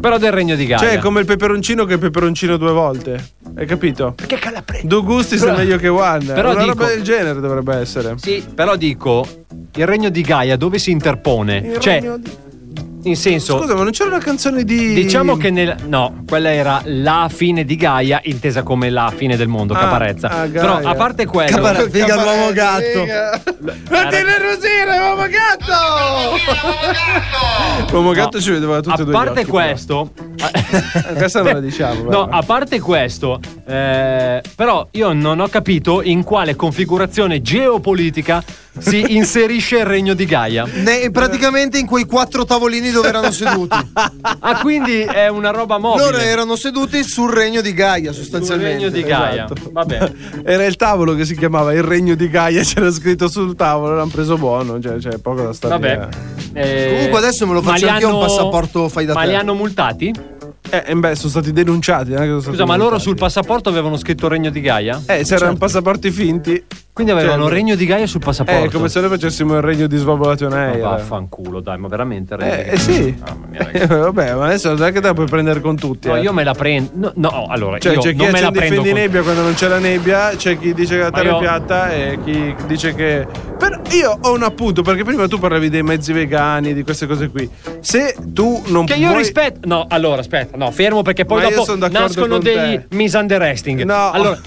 J: però del regno di Gaia.
I: Cioè, è come il peperoncino che è peperoncino due volte. Hai capito? Perché calabrese? Due gusti sono
J: Però-
I: meglio che one.
J: però
I: Una
J: dico-
I: roba del genere dovrebbe essere.
J: Sì, però dico, il regno di Gaia dove si interpone?
I: Il
J: cioè,
I: regno di-
J: in senso,
I: Scusa, ma non c'era una canzone di.
J: diciamo che nel... No, quella era la fine di Gaia, intesa come la fine del mondo,
I: Ah,
J: caparezza.
I: ah, Gaia.
J: però a parte quello...
K: Capara- figa
I: Caparezza,
K: l'uomo gatto.
I: figa.
J: Cara-
I: Rosina, l'uomo gatto! L'uomo gatto
J: No,
I: ci vedeva tutti
J: a
I: e due. gli
J: parte
I: occhi,
J: questo... eh,
I: però. Questa non la diciamo.
J: No,
I: però.
J: a parte questo, eh, però io non ho capito in quale configurazione geopolitica si inserisce il regno di Gaia.
K: Ne- praticamente in quei quattro tavolini dove erano seduti.
J: Ah, quindi è una roba mobile.
K: Loro erano seduti sul regno di Gaia,
J: il
K: sostanzialmente.
J: regno di Gaia. Vabbè.
I: Esatto. Era il tavolo che si chiamava Il Regno di Gaia, c'era scritto sul tavolo, l'hanno preso buono, cioè c'è poco da stare.
J: Vabbè. Eh,
K: Comunque adesso me lo
J: ma
K: faccio
J: li
K: anch'io un
J: hanno-
K: passaporto fai da
J: Ma
K: te.
J: li hanno multati?
I: Eh, eh, beh, sono stati denunciati. non è che sono
J: Scusa,
I: stati
J: ma loro
I: multati.
J: sul Cioè- passaporto avevano scritto Regno di Gaia?
I: Eh, c'erano passaporti finti.
J: Quindi avevano
I: Certo.
J: Regno di Gaia sul passaporto.
I: Eh, come se noi facessimo il regno di
J: Ma
I: Svabolation
J: vaffanculo, dai, ma veramente Regno di
I: Eh,
J: Gaia.
I: eh, sì.
J: Mamma mia,
I: Eh,
J: ragazzi.
I: vabbè, ma adesso non è che te la puoi prendere con tutti.
J: No,
I: eh.
J: io me la prendo. No, no, allora,
I: Cioè,
J: io
I: c'è chi
J: non me la
I: accende i
J: prendo.
I: di
J: con-
I: nebbia quando non c'è la nebbia, c'è chi dice che la
J: Ma
I: terra
J: io-
I: è piatta e chi dice che. Però io ho un appunto, perché prima tu parlavi dei mezzi vegani, di queste cose qui. Se tu non
J: Che io
I: vuoi-
J: rispetto. No, allora, aspetta, no, fermo perché poi
I: Ma io
J: dopo
I: son d'accordo
J: nascono
I: con
J: dei
I: te.
J: misunderstanding.
I: No,
J: Allora,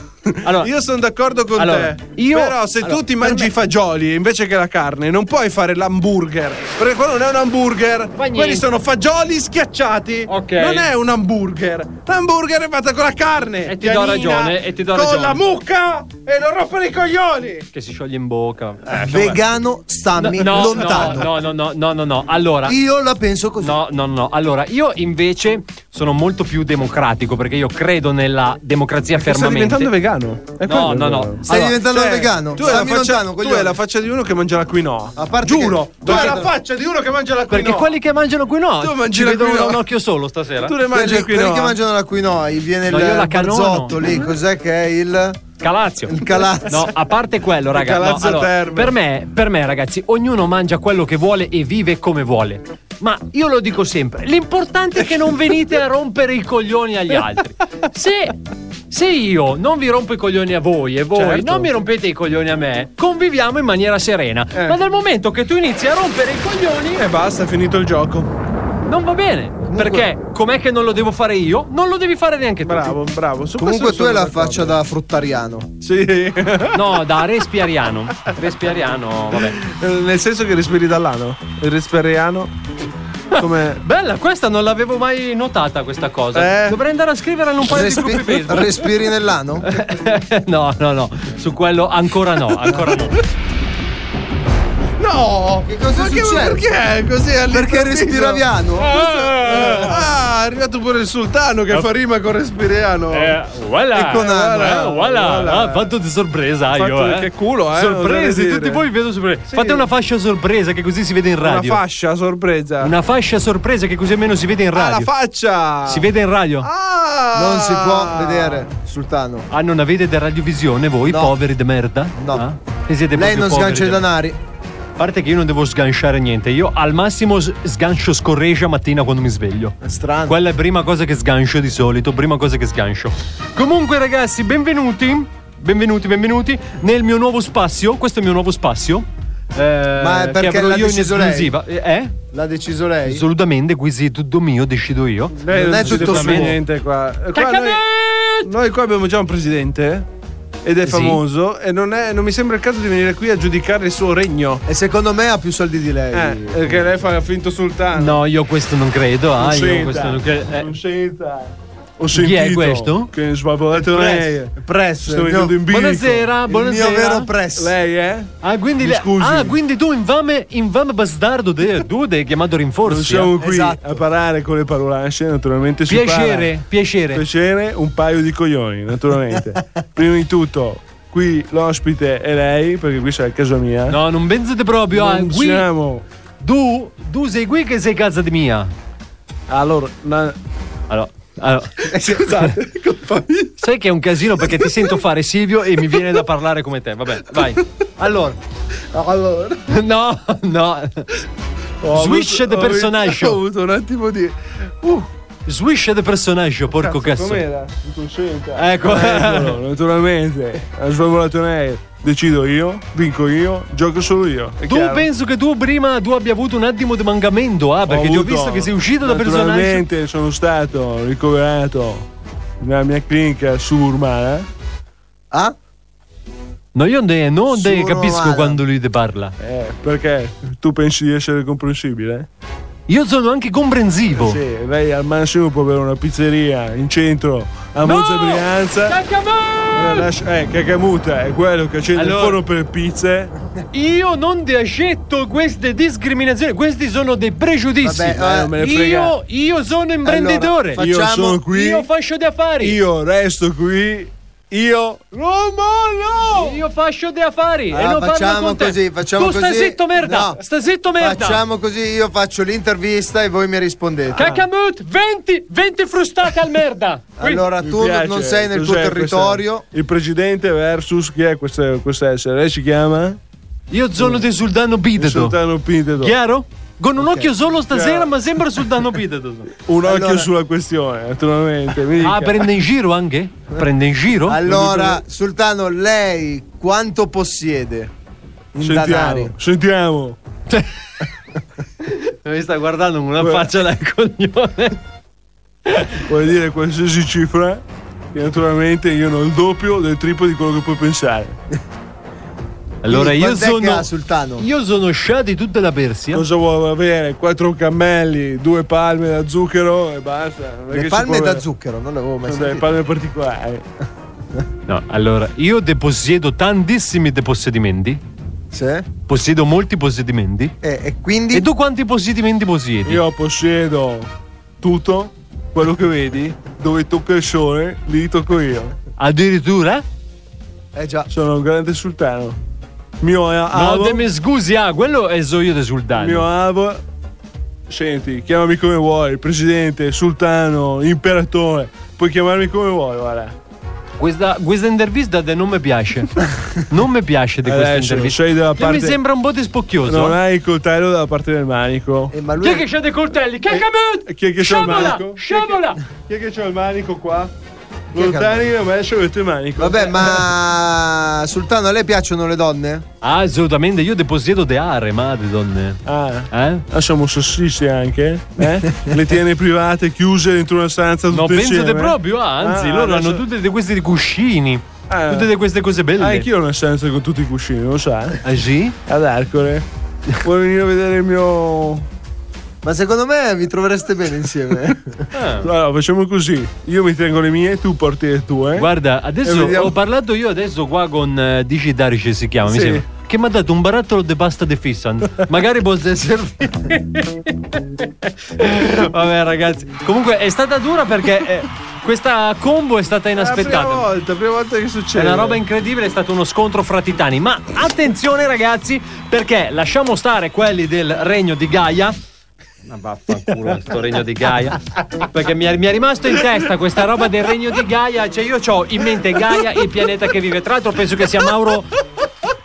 J: allora
I: io sono d'accordo con
J: Allora,
I: te.
J: io-
I: Però se
J: allora,
I: tu ti
J: per
I: mangi i
J: me-
I: fagioli invece che la carne, non puoi fare l'hamburger. Perché quello non è un hamburger.
J: niente.
I: Quelli sono fagioli schiacciati.
J: Ok.
I: Non è un hamburger. L'hamburger è fatta con la carne.
J: E ti do
I: pianina,
J: ragione, e ti do
I: con
J: ragione.
I: la mucca E non rompere i coglioni!
J: Che si scioglie in bocca.
I: Eh,
K: Vegano, stammi,
J: No, no,
K: lontano.
J: No, no, no, no, no, no. Allora.
K: Io la penso così.
J: No, no, no. Allora, io invece sono molto più democratico perché io credo nella democrazia
I: Sta
J: fermamente.
I: diventando vegano. È
J: No,
I: quello.
J: no, no.
I: Stai
J: Allora,
I: diventando
J: cioè,
I: vegano.
J: tu
I: Tu
J: hai
I: hai,
J: la
I: la faccia,
J: faccia- tu hai la
I: di uno che mangia la quinoa.
J: Giuro.
I: Giuro.
J: Tu hai la
I: faccia di uno che mangia la
J: Perché quelli che mangiano qui no.
I: Tu mangi
J: ci
I: la
J: vedono
I: quinoa.
J: un occhio solo stasera.
I: Tu le mangi
K: quelli,
I: la quinoa.
K: quelli che mangiano la quinoa, gli viene
J: No,
K: il
J: io la canono.
K: barzotto lì, cos'è che è il
J: Calazio.
K: Il calazzo.
J: No, a parte quello,
K: Il
J: raga. no,
K: calazzo
J: allora,
K: terme.
J: per me, per me, ragazzi, ognuno mangia quello che vuole e vive come vuole. Ma io lo dico sempre: l'importante è che non venite a rompere i coglioni agli altri. Se, se io non vi rompo i coglioni a voi e voi
I: Certo.
J: non mi rompete i coglioni a me, conviviamo in maniera serena.
I: Eh.
J: Ma dal momento che tu inizi a rompere i coglioni,
K: Eh.
I: E basta, è finito il gioco.
J: non va bene. Perché com'è che non lo devo fare io? Non lo devi fare neanche tu.
I: Bravo, bravo. Su
K: Comunque tu
I: questo
K: hai la
I: sono d'accordo.
K: faccia da fruttariano.
I: Sì.
J: No, da respiariano. Respiariano, vabbè.
I: Eh, Nel senso che respiri dall'ano. Il respiriano. Come.
J: Bella, questa non l'avevo mai notata questa cosa.
I: Eh.
J: Dovrei andare a scriverla in un paio
K: Respi-
J: di gruppi Facebook.
K: respiri nell'ano?
J: no, no, no, su quello ancora no, ancora no.
I: No!
K: Che cosa è
I: Perché-
K: successo?
I: Perché? Così
K: Perché
I: all'improvviso?
K: respiraviano?
I: Ah, è arrivato pure il sultano
J: Ah.
I: che fa rima con respiriano.
J: Eh, voilà,
K: E con Anna.
J: eh, voilà,
I: Voilà.
J: ah, fatto di sorpresa
I: Fatto
J: io,
I: di-
J: eh.
I: che culo, eh, oserei
J: Sorpresi,
I: dire.
J: tutti voi vi vedo sorpresi. Fate una fascia sorpresa che così si vede in
I: Una
J: radio.
I: fascia a sorpresa.
J: Una fascia sorpresa che così almeno si vede in
I: Ah,
J: radio.
I: la faccia!
J: si vede in radio.
I: Ah!
K: Non si può vedere, Sultano.
J: Ah, non avete da radiovisione voi,
K: No.
J: poveri de merda?
K: No.
J: Ah? E siete
K: Lei
J: proprio
K: non
J: poveri
K: sgancia i
J: de-
K: danari.
J: A parte che io non devo sganciare niente, io al massimo s- sgancio scorreggia mattina quando mi sveglio.
K: Strano.
J: Quella è prima cosa che sgancio di solito, prima cosa che sgancio. Comunque ragazzi, benvenuti, benvenuti, benvenuti nel mio nuovo spazio, questo è il mio nuovo spazio. eh,
K: Ma è
J: che
K: perché
J: avrò
K: l'ha
J: io in
K: deciso lei?
J: esclusiva. Eh? eh?
K: L'ha deciso lei?
J: Assolutamente, qui sì, tutto mio, decido io.
I: Lei
K: Non è
I: decide
K: tutto
I: per me
K: suo.
I: niente qua. Qua
J: Cacavè!
I: noi, noi qua abbiamo già un presidente eh, ed è
J: Sì.
I: famoso e non, è- non mi sembra il caso di venire qui a giudicare il suo regno.
K: E secondo me ha più soldi di lei.
I: Eh, perché lei fa finto sultano.
J: No, io questo non credo, ah, io
I: senta.
J: questo non credo. eh,
I: Non senta. Ho
J: Chi è
I: sentito
J: questo?
I: Che svalvolate lei.
K: Presso.
I: Sto venendo in bilico.
J: Buonasera,
K: Il
J: buonasera.
K: mio vero press.
I: Lei è?
J: Ah quindi,
I: Mi
J: le-
I: scusi.
J: ah, quindi tu invame, invame bastardo de, tu hai chiamato rinforzi.
I: Non siamo
J: eh.
I: qui
K: Esatto.
I: a parlare con le parolacce, naturalmente si
J: Piacere, piacere.
I: parla. Piacere, un paio di coglioni, naturalmente. Prima di tutto, qui l'ospite è lei, perché qui sarà casa mia.
J: No, non pensate proprio a...
I: non
J: Qui,
I: siamo.
J: tu, tu sei qui che sei casa di mia.
I: Allora, na-
J: Allora, allora,
I: scusate,
J: sai che è un casino perché ti sento fare Silvio e mi viene da parlare come te. Vabbè, vai. Allora,
I: allora,
J: no, no.
I: ho
J: Switch de
I: avuto- ho avuto- Ho
J: personaggio.
I: avuto un attimo di. Uh,
J: Swish de personaggio, porco
I: cazzo, Eh,
J: cazzo.
I: com'era? Non c'entra.
J: Ecco.
I: Eccolo, naturalmente, ha svalvolato lei. Decido io, vinco io, gioco solo io. È
J: Tu
I: chiaro?
J: penso che tu prima tu abbia avuto un attimo di mangamento, ah, perché ti ho
I: avuto-
J: visto che sei uscito da personaggio.
I: Naturalmente sono stato ricoverato nella mia clinica eh? suburmana.
K: Ah?
J: No, io ne- non de-
K: Sono
J: capisco
K: male.
J: quando lui te parla.
I: Eh, perché tu pensi di essere comprensibile?
J: Io sono anche comprensivo.
I: Sì, lei al massimo può avere una pizzeria in centro a Monza Brianza. La lascia- eh, Cacamuta è quello che accende
J: Allora-
I: il forno per le pizze.
J: Io non ti accetto queste discriminazioni, questi sono dei pregiudizi.
K: Vabbè, eh, non
I: me ne frega.
J: io, io sono imprenditore.
K: Allora,
I: Io
K: Facciamo-
I: sono qui.
J: io faccio di affari.
I: Io resto qui. Io Romano!
J: Io faccio di affari e
K: Ah,
J: non parlo
K: facciamo
J: con te.
K: così, facciamo
J: tu stai
K: così.
J: zitto merda,
K: No.
J: sta zitto merda.
K: Facciamo così, io faccio l'intervista e voi mi rispondete.
J: Cacamut, 20, 20 frustate al merda. Qui.
K: Allora
I: Mi
K: tu
I: piace.
K: non sei nel tuo
I: Cos'è
K: territorio.
I: questa- Il presidente versus chi è questo, questo essere? Lei si chiama?
J: Io sono di Suldano Bidedo.
I: Sultano Pintedo.
J: Chiaro? Con un occhio solo stasera,
I: Certo. Chiaro.
J: ma sembra Suldano Bidedo.
I: Un occhio
K: Allora-
I: sulla questione, naturalmente. mi dica.
J: Ah, prende in giro anche? Prende in giro?
K: Allora, Sultano, lei quanto possiede? In danari.
I: sentiamo, sentiamo.
J: Mi sta guardando con una faccia da coglione.
I: Vuol dire qualsiasi cifra. Che naturalmente io non ho il doppio o del triplo di quello che puoi pensare.
J: Allora
K: Quindi,
J: io
K: quant'è che
J: sono
K: ha Sultano?
J: Io sono scià di tutta la Persia.
I: Cosa vuole avere? Quattro cammelli, due palme da zucchero e basta. Non è che
K: Le
I: si
K: palme
I: può
K: da
I: avere-
K: zucchero, non l'avevo mai
I: Sono delle
K: sentito.
I: palme particolari.
J: No, allora, io deposiedo tantissimi depossedimenti.
K: Sì. Eh,
J: Possiedo molti possedimenti.
K: E, quindi.
J: E tu quanti possedimenti possiedi?
I: Io possiedo tutto quello che vedi, dove tocca il sole, lì tocco io.
J: Addirittura?
K: Eh già.
I: Sono un grande sultano. Mio
J: No,
I: avo,
J: te mi scusi, ah, quello è so io risultato.
I: mio avo. Senti, chiamami come vuoi, presidente, sultano, imperatore. Puoi chiamarmi come vuoi, guarda.
J: Questa, questa intervista te non mi piace. non mi piace di questa
I: Adesso, cioè,
J: intervista.
I: sei dalla
J: Che
I: parte- eh,
J: Mi sembra un po' di spocchioso.
I: Non hai il coltello dalla parte del manico.
K: ma
J: Chi è che c'ha dei coltelli? Chi è che
I: Eh, Chi è che c'ha il
J: Sciabola!
I: manico?
J: Sciabola!
I: Chi è che c'ha il manico qua?
K: è che
I: Lontani che me ci ho detto il manico.
K: Vabbè, ma Sultano, a lei piacciono le donne?
J: Ah, assolutamente, io deposito de are, ma di donne.
I: Ah,
J: Eh?
I: lasciamo salsicce anche. eh? Le tiene private chiuse dentro una stanza.
J: No,
I: tutte
J: pensate
I: insieme? eh?
J: proprio, ah, anzi,
I: Ah,
J: loro
I: adesso-
J: hanno tutti de- questi cuscini.
I: Ah.
J: Tutte de- queste cose belle.
I: Ah, Anch'io ho una stanza con tutti i cuscini, lo sa?
J: Ah, sì?
I: Ad Arcore. Vuoi venire a vedere il mio.
K: Ma secondo me vi trovereste bene insieme.
I: Allora, Ah. facciamo così. Io mi tengo le mie, tu porti le tue.
J: Guarda, adesso
I: eh? E vediamo-
J: ho parlato io adesso qua con eh, Dici Darice si chiama, mi
I: Sì.
J: sembra. Che mi ha dato un barattolo di pasta de fissan. Magari può servire. Vabbè, ragazzi. Comunque è stata dura perché eh, questa combo è stata
I: È la prima
J: inaspettata.
I: volta, prima volta che
J: È
I: succede.
J: una roba incredibile, è stato uno scontro fra titani. Ma attenzione, ragazzi, perché lasciamo stare quelli del regno di Gaia. Ma vaffanculo, sto regno di Gaia. Perché mi è, mi è rimasto in testa questa roba del regno di Gaia. Cioè, io ho in mente Gaia, il pianeta che vive. Tra l'altro, penso che sia Mauro.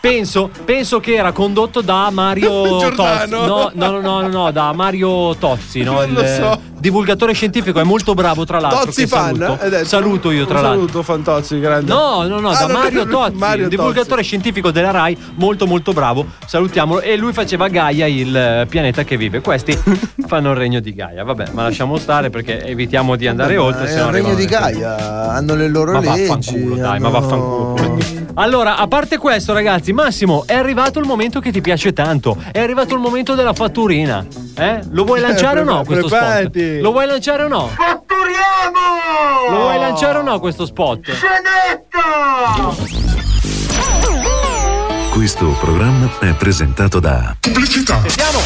J: Penso, penso che era condotto da Mario Tozzi.
I: Giordano.
J: No, no, no, no, no, no, da Mario Tozzi, no?
I: Non lo
J: il
I: so.
J: divulgatore scientifico, è molto bravo, tra l'altro.
I: Tozzi
J: che
I: fan.
J: saluto.
I: eh, dai,
J: saluto io, tra
I: un
J: l'altro.
I: Saluto Fantozzi, grande.
J: No, no, no,
I: Ah,
J: da
I: no,
J: Mario
I: no,
J: Tozzi,
I: Mario
J: il divulgatore scientifico della RAI, molto molto bravo, salutiamolo. E lui faceva Gaia, il eh, pianeta che vive. Questi fanno il regno di Gaia. Vabbè, ma lasciamo stare perché evitiamo di andare oltre.
K: Ma
J: se
K: è il
J: no
K: Eh, regno
J: arrivano
K: di
J: le-
K: Gaia, hanno le loro
J: Ma
K: leggi.
J: vaffanculo, dai, ma
K: hanno-
J: vaffanculo. Allora, a parte questo, ragazzi, Massimo, è arrivato il momento che ti piace tanto. È arrivato il momento della fatturina. Eh? Lo vuoi lanciare o no
I: prepara-
J: questo spot?
I: preparati.
J: Lo vuoi lanciare o no?
B: Fatturiamo!
J: Lo vuoi lanciare o no questo spot?
B: Cenetta!
A: Questo programma è presentato da
L: Pubblicità.
J: Sentiamo!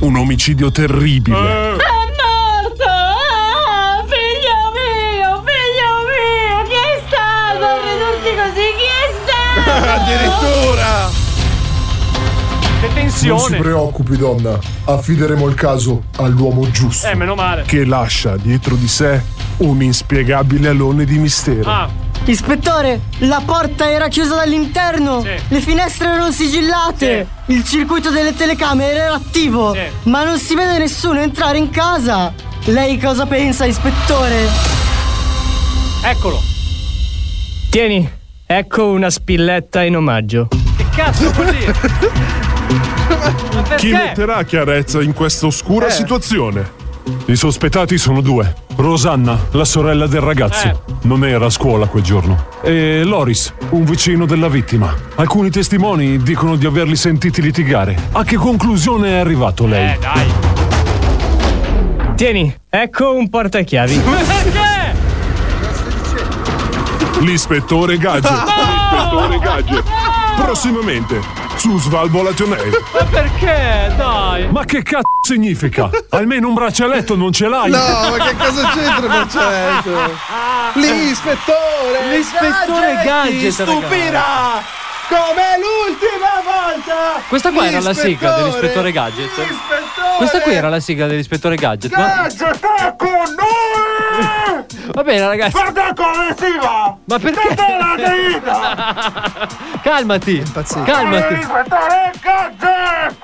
L: Un omicidio terribile.
E: È morto! Ah, figlio mio, figlio mio! Chi è stato a ridurti così? Chi è stato?
I: Addirittura!
J: Che
M: Non si
J: tensione!
M: preoccupi, donna. Affideremo il caso all'uomo giusto.
J: Eh, meno male.
L: Che lascia dietro di sé un inspiegabile alone di mistero.
J: Ah,
N: Ispettore, la porta era chiusa dall'interno,
J: Sì.
N: le finestre erano sigillate, il circuito delle telecamere era attivo, ma non si vede nessuno entrare in casa. Lei cosa pensa, ispettore?
J: eccolo!
O: Tieni, ecco una spilletta in omaggio.
J: Che cazzo vuol dire? Ma perché?
L: Chi metterà chiarezza in questa oscura situazione? I sospettati sono due. Rosanna, la sorella del ragazzo, non era a scuola quel giorno. E Loris, un vicino della vittima. Alcuni testimoni dicono di averli sentiti litigare. A che conclusione è arrivato lei?
J: dai!
O: Tieni, ecco un portachiavi.
J: Perché?
L: L'ispettore Gadget. L'ispettore Gadget. Prossimamente su Svalvolazione.
J: Ma perché? Dai!
L: Ma che cazzo significa? Almeno un braccialetto non ce l'hai?
K: No, ma che cosa c'entra il
I: certo?
K: braccialetto? L'ispettore!
J: L'ispettore Gadget,
K: ti
J: ragazzi.
K: stupirà! Come l'ultima volta!
J: Questa qua era la sigla
K: L'ispettore-
J: dell'ispettore Gadget.
K: L'ispettore
J: Questa qui era la sigla dell'ispettore Gadget. Ma...
B: Gadget è con noi!
J: Va bene, ragazzi.
B: Perché collettiva!
J: Ma perché?
B: Perché la deriva?
J: Calmati. Calmati.
B: L'ispettore Gadget!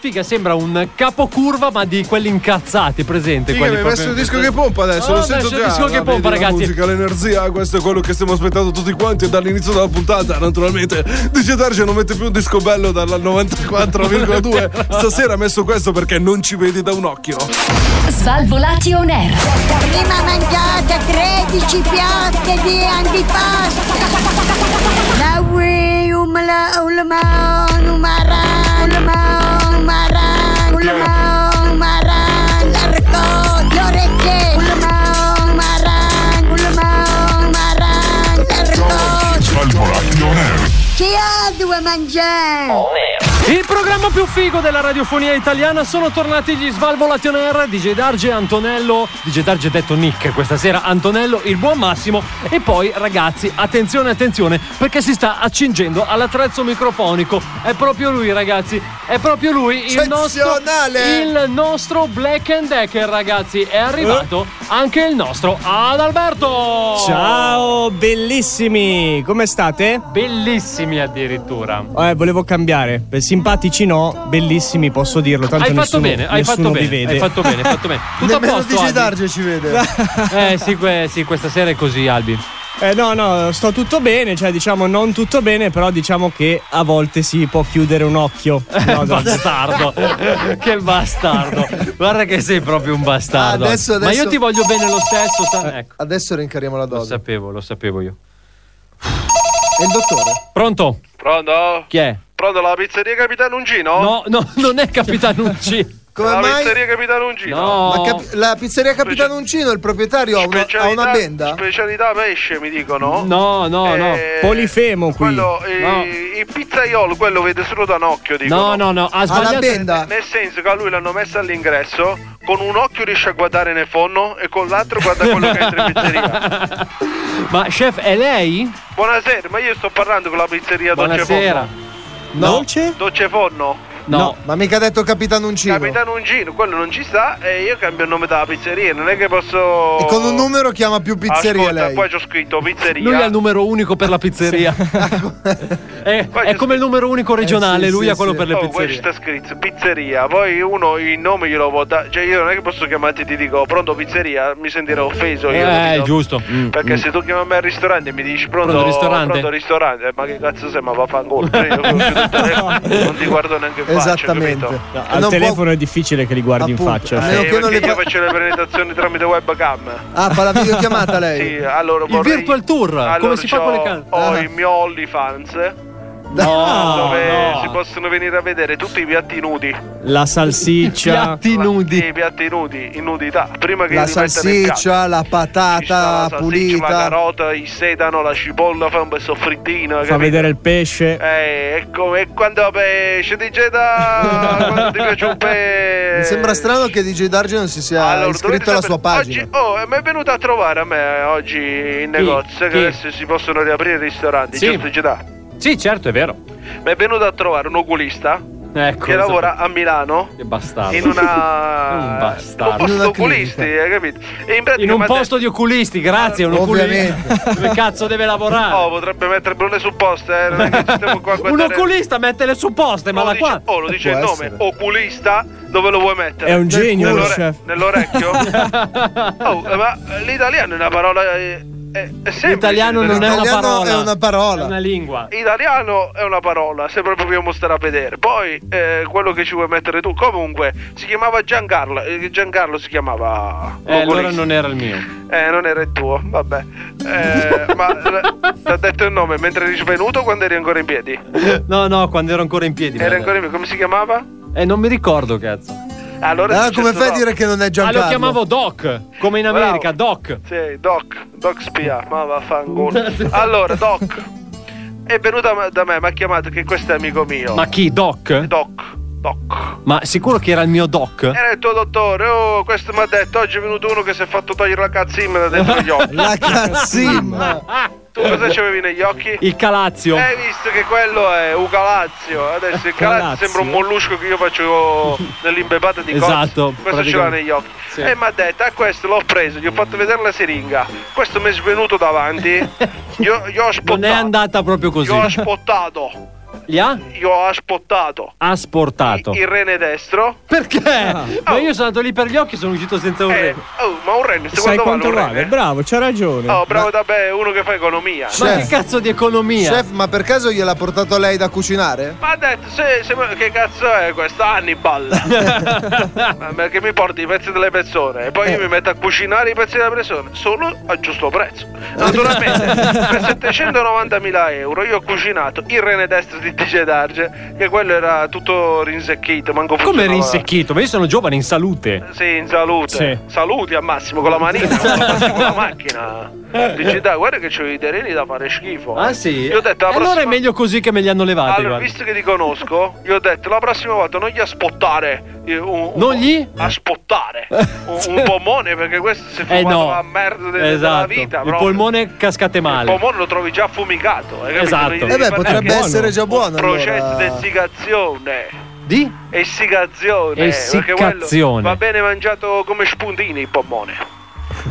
J: Figa, sembra un capocurva, ma di quelli incazzati, presente.
I: Figa,
J: quelli
I: mi hai messo il
J: proprio-
I: disco che pompa adesso,
J: Oh,
I: lo
J: adesso
I: sento
J: il
I: già.
J: disco che
I: La
J: pompa,
I: vedi, la
J: ragazzi.
I: musica, l'energia, questo è quello che stiamo aspettando tutti quanti dall'inizio della puntata. Naturalmente, DJ Darge non mette più un disco bello dalla 94,2. Stasera ha messo questo perché non ci vedi da un occhio.
F: Svalvolati on air.
P: Prima mangiate 13 piatte di antipasto. La ui, um, la, um, la, ma, um, ma, ra, um, la, ma, um, ma, ra, um, la, ma, um, ma, ra, la, raccolgo, le orecchie. Um, la, ma, um, ma, ra, um, la, ma, um, ma, da mangiare.
J: Il programma più figo della radiofonia italiana sono tornati gli Svalvolation Air, DJ Darge, Antonello, DJ Darge detto Nick questa sera, Antonello, il buon Massimo e poi ragazzi, attenzione, attenzione, perché si sta accingendo all'attrezzo microfonico. È proprio lui ragazzi, è proprio lui il nostro,
Q: Eccezionale!
J: il nostro Black and Decker ragazzi, è arrivato anche il nostro Adalberto!
O: Eh?
K: Oh.
O: Ciao, bellissimi! Come state?
J: Bellissimi addirittura.
O: Eh, volevo cambiare. Beh, Simpatici no, bellissimi, posso dirlo. Tanto
J: Hai fatto
O: nessuno,
J: bene, hai
O: nessuno
J: fatto
O: vi
J: bene,
O: vede.
J: hai fatto bene, hai fatto bene. Tutto a posto.
R: DJ
J: Albi?
R: Darge ci vede.
J: Eh sì, que- sì, questa sera è così, Albi.
O: Eh, no, no, sto tutto bene, cioè diciamo non tutto bene, però diciamo che a volte si può chiudere un occhio. No, no.
J: bastardo. che bastardo. Guarda che sei proprio un bastardo.
R: Adesso-
J: Ma io
R: adesso-
J: ti voglio bene lo stesso. sa- ecco,
R: Adesso rincariamo la
J: lo
R: dose.
J: sapevo, lo sapevo io.
R: E il dottore?
J: Pronto?
I: Pronto?
J: Chi è?
I: Pronto la pizzeria Capitano Ungino?
J: No, no, non è Capitano Uncino.
R: Come
I: la
R: mai?
I: pizzeria Capitano Ungino?
R: Ma cap- la pizzeria Capitano Uncino, il proprietario, ha una, ha
I: Specialità-
R: una benda?
I: Specialità pesce mi dicono. Eh,
J: No, no, no.
O: Polifemo qui.
I: Quello, eh, Il pizzaiolo, quello vede solo da un occhio, dicono.
J: No,
R: Ah,
J: no, no, ha sbagliato- benda.
I: Nel senso che a lui l'hanno messo all'ingresso, con un occhio riesce a guardare nel forno e con l'altro guarda quello che entra in pizzeria.
J: Ma chef, è lei?
I: Buonasera, ma io sto parlando con la pizzeria Dolce
J: Buonasera.
I: Forno.
R: Dolce?
I: Dolce Forno?
J: No.
R: Ma mica ha detto Capitano Uncino.
I: Capitano Ungino, quello non ci sta e io cambio il nome della pizzeria, non è che posso...
R: E con un numero chiama più pizzeria
I: Ascolta,
R: lei.
I: poi c'ho scritto
J: Lui è
I: pizzeria.
J: il numero unico per la pizzeria. è, è come il numero unico regionale, lui ha quello per le
I: Oh,
J: pizzerie.
I: questo sta scritto pizzeria, poi uno il nome glielo può dare, cioè io non è che posso chiamarti e ti dico pronto pizzeria, mi sentirò offeso io.
J: Eh,
I: capito?
J: giusto.
O: Mm,
I: Perché se tu chiami me al ristorante e mi dici pronto,
J: Pronto ristorante?
I: pronto ristorante, eh, ma che cazzo sei, ma va a fangolo, Cioè, io chiudo il telefono, non ti guardo neanche in faccia,
O: Esattamente.
I: capito?
O: No, al telefono è difficile che li guardi in faccia.
I: Eh,
O: cioè.
I: perché io faccio le prenotazioni tramite webcam.
R: Ah, fa la videochiamata lei.
I: Sì, allora
R: Il
I: vorrei-
R: virtual tour, come
I: Allora,
R: si fa con
I: c'ho-
R: le can-
I: Ho
R: Ah.
I: il mio OnlyFans.
J: Ah,
O: No,
I: dove
O: no.
I: si possono venire a vedere tutti i piatti nudi.
O: La salsiccia.
I: nudi. I piatti nudi, in nudità. Prima che
R: La
I: li mettano in
R: salsiccia, la patata
I: piatto. Salsiccia, La
R: pulita.
I: carota, il sedano, la cipolla, fa un bel soffrittino.
O: Fa
I: capito?
O: vedere il pesce.
I: Eh, ecco, e quando pesce di quando ti piace un pesce.
R: Mi sembra strano che DJ Darge non si sia iscritto alla sua pagina.
I: Oh, e mi è venuto a trovare a me eh, oggi in negozio che
R: Chi?
I: adesso si possono riaprire i ristoranti,
J: Sì.
I: giusto Gita?
J: Sì, certo, è vero.
I: Mi è venuto a trovare un oculista
J: Ecco,
I: che lavora a Milano
J: Che bastardo.
I: in una
J: Un
I: un
J: bastardo.
I: posto di oculisti, hai capito? E in, pratica
J: In un
I: mi ha
J: posto di oculisti, grazie, un oculista. Dove cazzo deve lavorare?
I: Oh, potrebbe mettere pure le supposte, eh, non è che ci stiamo qua a
J: un
I: guardare.
J: oculista mette le supposte, ma
I: Oh,
J: la
I: dice-
J: qua.
I: oh, lo dice il nome, oculista, dove lo vuoi mettere?
J: È un genio,
I: Nell'ore-
J: il chef.
I: Nell'orecchio? oh, eh, ma l'italiano è una parola... eh, È, è semplice
J: L'italiano non è una
I: L'italiano
J: parola.
I: è una
J: parola. È una lingua.
I: Italiano è una parola, se proprio vogliamo stare a vedere. Poi eh, quello che ci vuoi mettere tu. Comunque, si chiamava Giancarlo. eh, Giancarlo si chiamava.
J: Eh, allora
I: l'oculista.
J: non era il mio.
I: Eh, non era il tuo, vabbè. Eh, ma ti ha detto il nome mentre eri svenuto o quando eri ancora in piedi?
J: No, no, quando ero ancora in piedi. mi
I: Era
J: ha
I: ancora in piedi, come si chiamava?
J: detto. Eh, non mi ricordo, cazzo.
I: Allora è
J: Ah,
I: successo
J: come fai a
I: dopo.
J: dire che non è Giancarlo? Ah, lo chiamavo Doc, come in America, Doc.
I: Sì, Doc, Doc spia, ma vaffanculo. allora, Doc è venuto a- da me, mi ha chiamato che questo è amico mio.
J: Ma chi, Doc?
I: Doc, Doc.
J: Ma sicuro che era il mio Doc?
I: Era il tuo dottore, oh, questo mi ha detto, oggi è venuto uno che si è fatto togliere la cazzimma da dentro gli occhi.
J: La cazzimma.
I: tu cosa c'avevi negli occhi?
J: Il calazio.
I: Hai visto che quello è un calazio. Adesso il calazio,
J: Calazio.
I: sembra un mollusco che io faccio nell'imbebata di
J: Esatto,
I: cozzi. Questo ce l'ha
J: praticamente.
I: negli occhi.
J: Sì.
I: E mi ha detto, a questo l'ho preso, gli ho fatto vedere la siringa. Questo mi è svenuto davanti. Io, io
J: Non
I: ho
J: è
I: spottato.
J: andata proprio così.
I: Io ho spottato.
J: Gli ha?
I: Io ho spottato.
J: Ha sportato.
I: Il rene destro.
J: Perché?
I: Ah.
J: Ma io sono andato lì per gli occhi e sono uscito senza un re.
I: Oh, ma un rene,
O: Sai quanto
I: secondo quanto vale un
O: vale?
I: rene?
O: Bravo, c'ha ragione.
I: eh. Oh, bravo, vabbè, uno che fa economia.
J: cazzo di economia?
R: Chef, ma per caso gliel'ha portato lei da cucinare?
I: Ma ha detto, se, se- che cazzo è questo Hannibal? Ma perché mi porti i pezzi delle persone e
J: Eh.
I: poi io mi metto a cucinare i pezzi delle persone solo a giusto prezzo. Naturalmente, per 790.000 euro io ho cucinato il rene destro di DJ Darge che quello era tutto rinsecchito, manco
J: Come
I: funzionava.
J: rinsecchito? Ma io sono giovane in salute.
I: Sì, in salute.
J: Sì.
I: Saluti a Massimo con la manina, con la, Massimo con la macchina. Dici, dai, guarda che c'ho i terreni da fare schifo. eh.
J: Ah sì?
I: Io ho detto, la
J: allora
I: prossima...
J: è meglio così che me li hanno levati.
I: Allora,
J: guarda.
I: visto che ti conosco, gli ho detto la prossima volta non gli a spottare. eh, Un, non gli? A spottare un, un polmone perché questo si fa
J: Eh no.
I: la merda de- della
J: esatto.
I: vita.
J: Il
I: proprio.
J: polmone cascate
I: Il
J: male.
I: pomone lo trovi già affumicato. hai capito?
J: Esatto.
I: Devi-
J: Eh
I: devi
J: beh,
I: fare
J: potrebbe
I: anche
J: essere già buono,
I: Un processo
J: allora.
I: di essicazione.
J: Di?
I: Essicazione. perché eh, quello
J: Essiccazione.
I: Va bene mangiato come spuntini il pomone.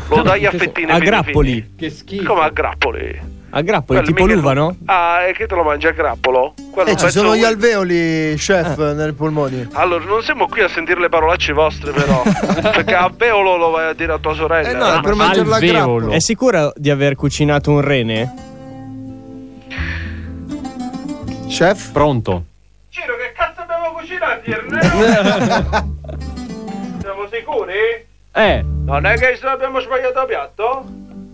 I: Lo dai a fettine.
S: A
I: fini
S: grappoli.
I: fini. Come a grappoli.
S: A grappoli,
I: Quello
S: tipo
I: mica-
S: l'uva, no?
I: Ah, e che te lo mangi a grappolo? Quello
T: Eh,
I: un
T: ci
I: pezzo
T: sono
I: di-
T: gli alveoli, chef, nei polmoni.
I: Allora, non siamo qui a sentire le parolacce vostre, però. perché a Beolo lo vai a dire a tua
T: Eh,
I: sorella.
J: Ah,
I: Ma-
S: Alveolo. È sicura di aver cucinato un rene?
T: Chef?
J: Pronto.
I: Ciro, che cazzo abbiamo cucinato ieri? Siamo sicuri?
J: Eh.
I: Non è che abbiamo sbagliato piatto?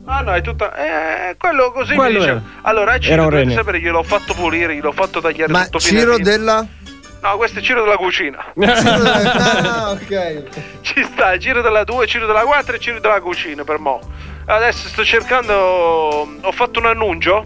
I: Ah no, è tutta. Eh, quello così mi
T: Quello
I: dice-
T: era.
I: Allora, a
T: Era
I: Ciro,
T: un
I: dovete
T: rene.
I: sapere, gliel'ho fatto pulire, gliel'ho fatto tagliare
T: Ma
I: tutto fine
T: Ciro
I: fine.
T: della...
I: No, questo è Ciro della cucina.
T: ah, ok.
I: Ci sta, giro della 2, giro della 4 e giro della cucina per mo. Adesso sto cercando. Ho fatto un annuncio.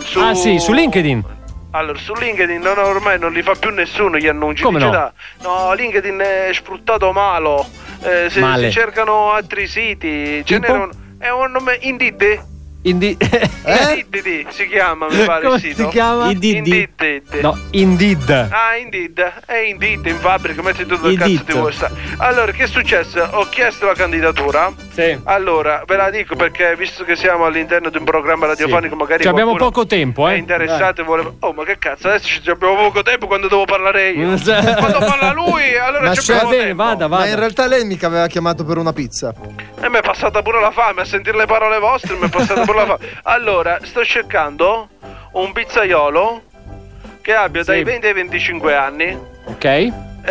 I: Su...
J: Ah sì, su LinkedIn.
I: Allora, su LinkedIn non- ormai non li fa più nessuno gli annunci.
J: Come
I: Dice,
J: no?
I: "Da, no, LinkedIn è sfruttato malo. Eh, se
J: Male.
I: si cercano altri siti. Ce
J: Tipo?
I: n'era un. È un nome. Indeed?
J: Indi-
I: Indeed si chiama, mi pare
J: Eh? Come
I: il sito.
J: si chiama?
I: Indeed. Indeed.
J: No, Indeed.
I: Ah, indeed, è indeed in fabbrica, metti tutto il
J: Indeed.
I: cazzo di vuoi sta- Allora, che è successo? Ho chiesto la candidatura.
J: Sì.
I: Allora, ve la dico perché visto che siamo all'interno di un programma radiofonico, magari
J: Ci abbiamo
I: qualcuno
J: poco tempo, eh.
I: È interessato e vuole Oh, ma che cazzo? Adesso ci abbiamo poco tempo quando devo parlare io. quando parla lui, allora ci abbiamo tempo.
T: Ma in realtà lei mica aveva chiamato per una pizza.
I: E Eh, mi è passata pure la fame a sentire le parole vostre, mi è passata pure la fame. Allora, sto cercando un pizzaiolo che abbia
J: Sì.
I: dai 20 ai 25 anni.
J: Ok.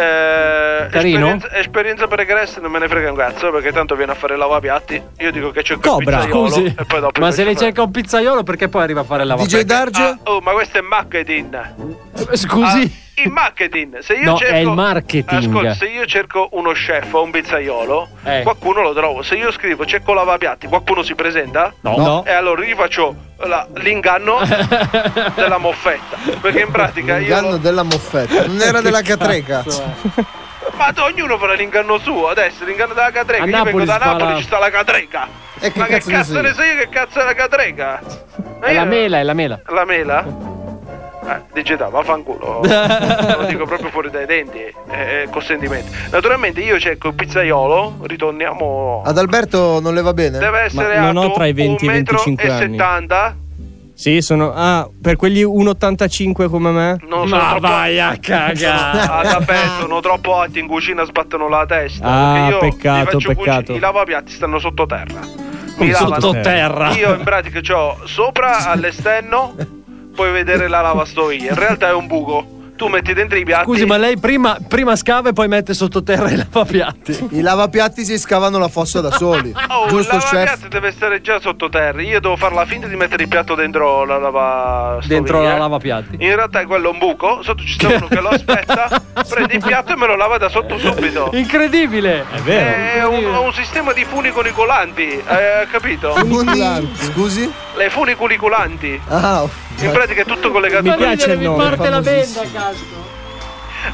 I: Eh,
J: Carino?
I: Esperienza, esperienza pregressa non me ne frega un cazzo perché tanto viene a fare il lavapiatti. Io dico che c'è il
J: Cobra.
I: pizzaiolo
J: Scusi.
I: e poi dopo
J: Ma
I: invece
J: se ne
I: fa-
J: cerca un pizzaiolo perché poi arriva a fare la
I: Perché- Ah, oh, ma questo è marketing.
J: Eh, Scusi?
I: Ah, il marketing. Se io
J: No,
I: cerco...
J: è il marketing.
I: Ascolta, se io cerco uno chef o un pizzaiolo,
J: Eh.
I: qualcuno lo trovo. Se io scrivo cerco lavapiatti, qualcuno si presenta?
J: No. No.
I: E allora io faccio la- l'inganno della moffetta. Perché in pratica io...
T: L'inganno della moffetta. Non era
I: Che
T: della
I: cazzo
T: catreca.
I: Ma t- ognuno farà l'inganno suo adesso, l'inganno della Catreca.
T: A
I: Io vengo
T: Napoli
I: da
T: si fa
I: Napoli,
T: la-
I: ci sta la Catreca.
T: che
I: Ma
T: cazzo
I: che
T: ne
I: cazzo
T: so
I: ne
T: io?
I: so io che cazzo è la Catreca? Ma
J: È la
I: io-
J: mela, è la mela.
I: La mela? Eh, digitale, vaffanculo. Lo dico proprio fuori dai denti, eh, con sentimenti. Naturalmente io cerco il pizzaiolo, ritorniamo...
T: Ad Alberto non le va bene?
I: Deve essere alto
S: 20 e 25 anni.
I: 1,70
S: Sì, sono. Ah, per quelli 1,85 come me?
I: non sono troppo... Ad Alberto, sono troppo alti in cucina, sbattono la testa.
S: Ah,
I: perché io li
S: peccato,
I: faccio cuci-
S: peccato.
I: I lavapiatti stanno sottoterra. Mi
S: Come
I: lavano.
S: sottoterra?
I: Io in pratica ho sopra all'esterno, puoi vedere la lavastoviglie. In realtà è un buco. Tu metti dentro i piatti.
J: Scusi, ma lei prima, prima scava e poi mette sottoterra i lavapiatti.
T: I lavapiatti si scavano la fossa da soli.
I: Oh,
T: Giusto,
I: il
T: chef?
I: lavapiatti deve stare già sottoterra. Io devo fare la finta di mettere il piatto dentro la lavastoviglie.
J: Dentro la lavapiatti.
I: In realtà quello è un buco, sotto ci sta uno che lo aspetta, prende il piatto e me lo lava da sotto subito.
J: Incredibile! È
I: È un, un sistema di funicolicolanti, hai capito?
T: Scusi?
I: Le funicolicolanti.
T: Ah,
I: In pratica è tutto collegato a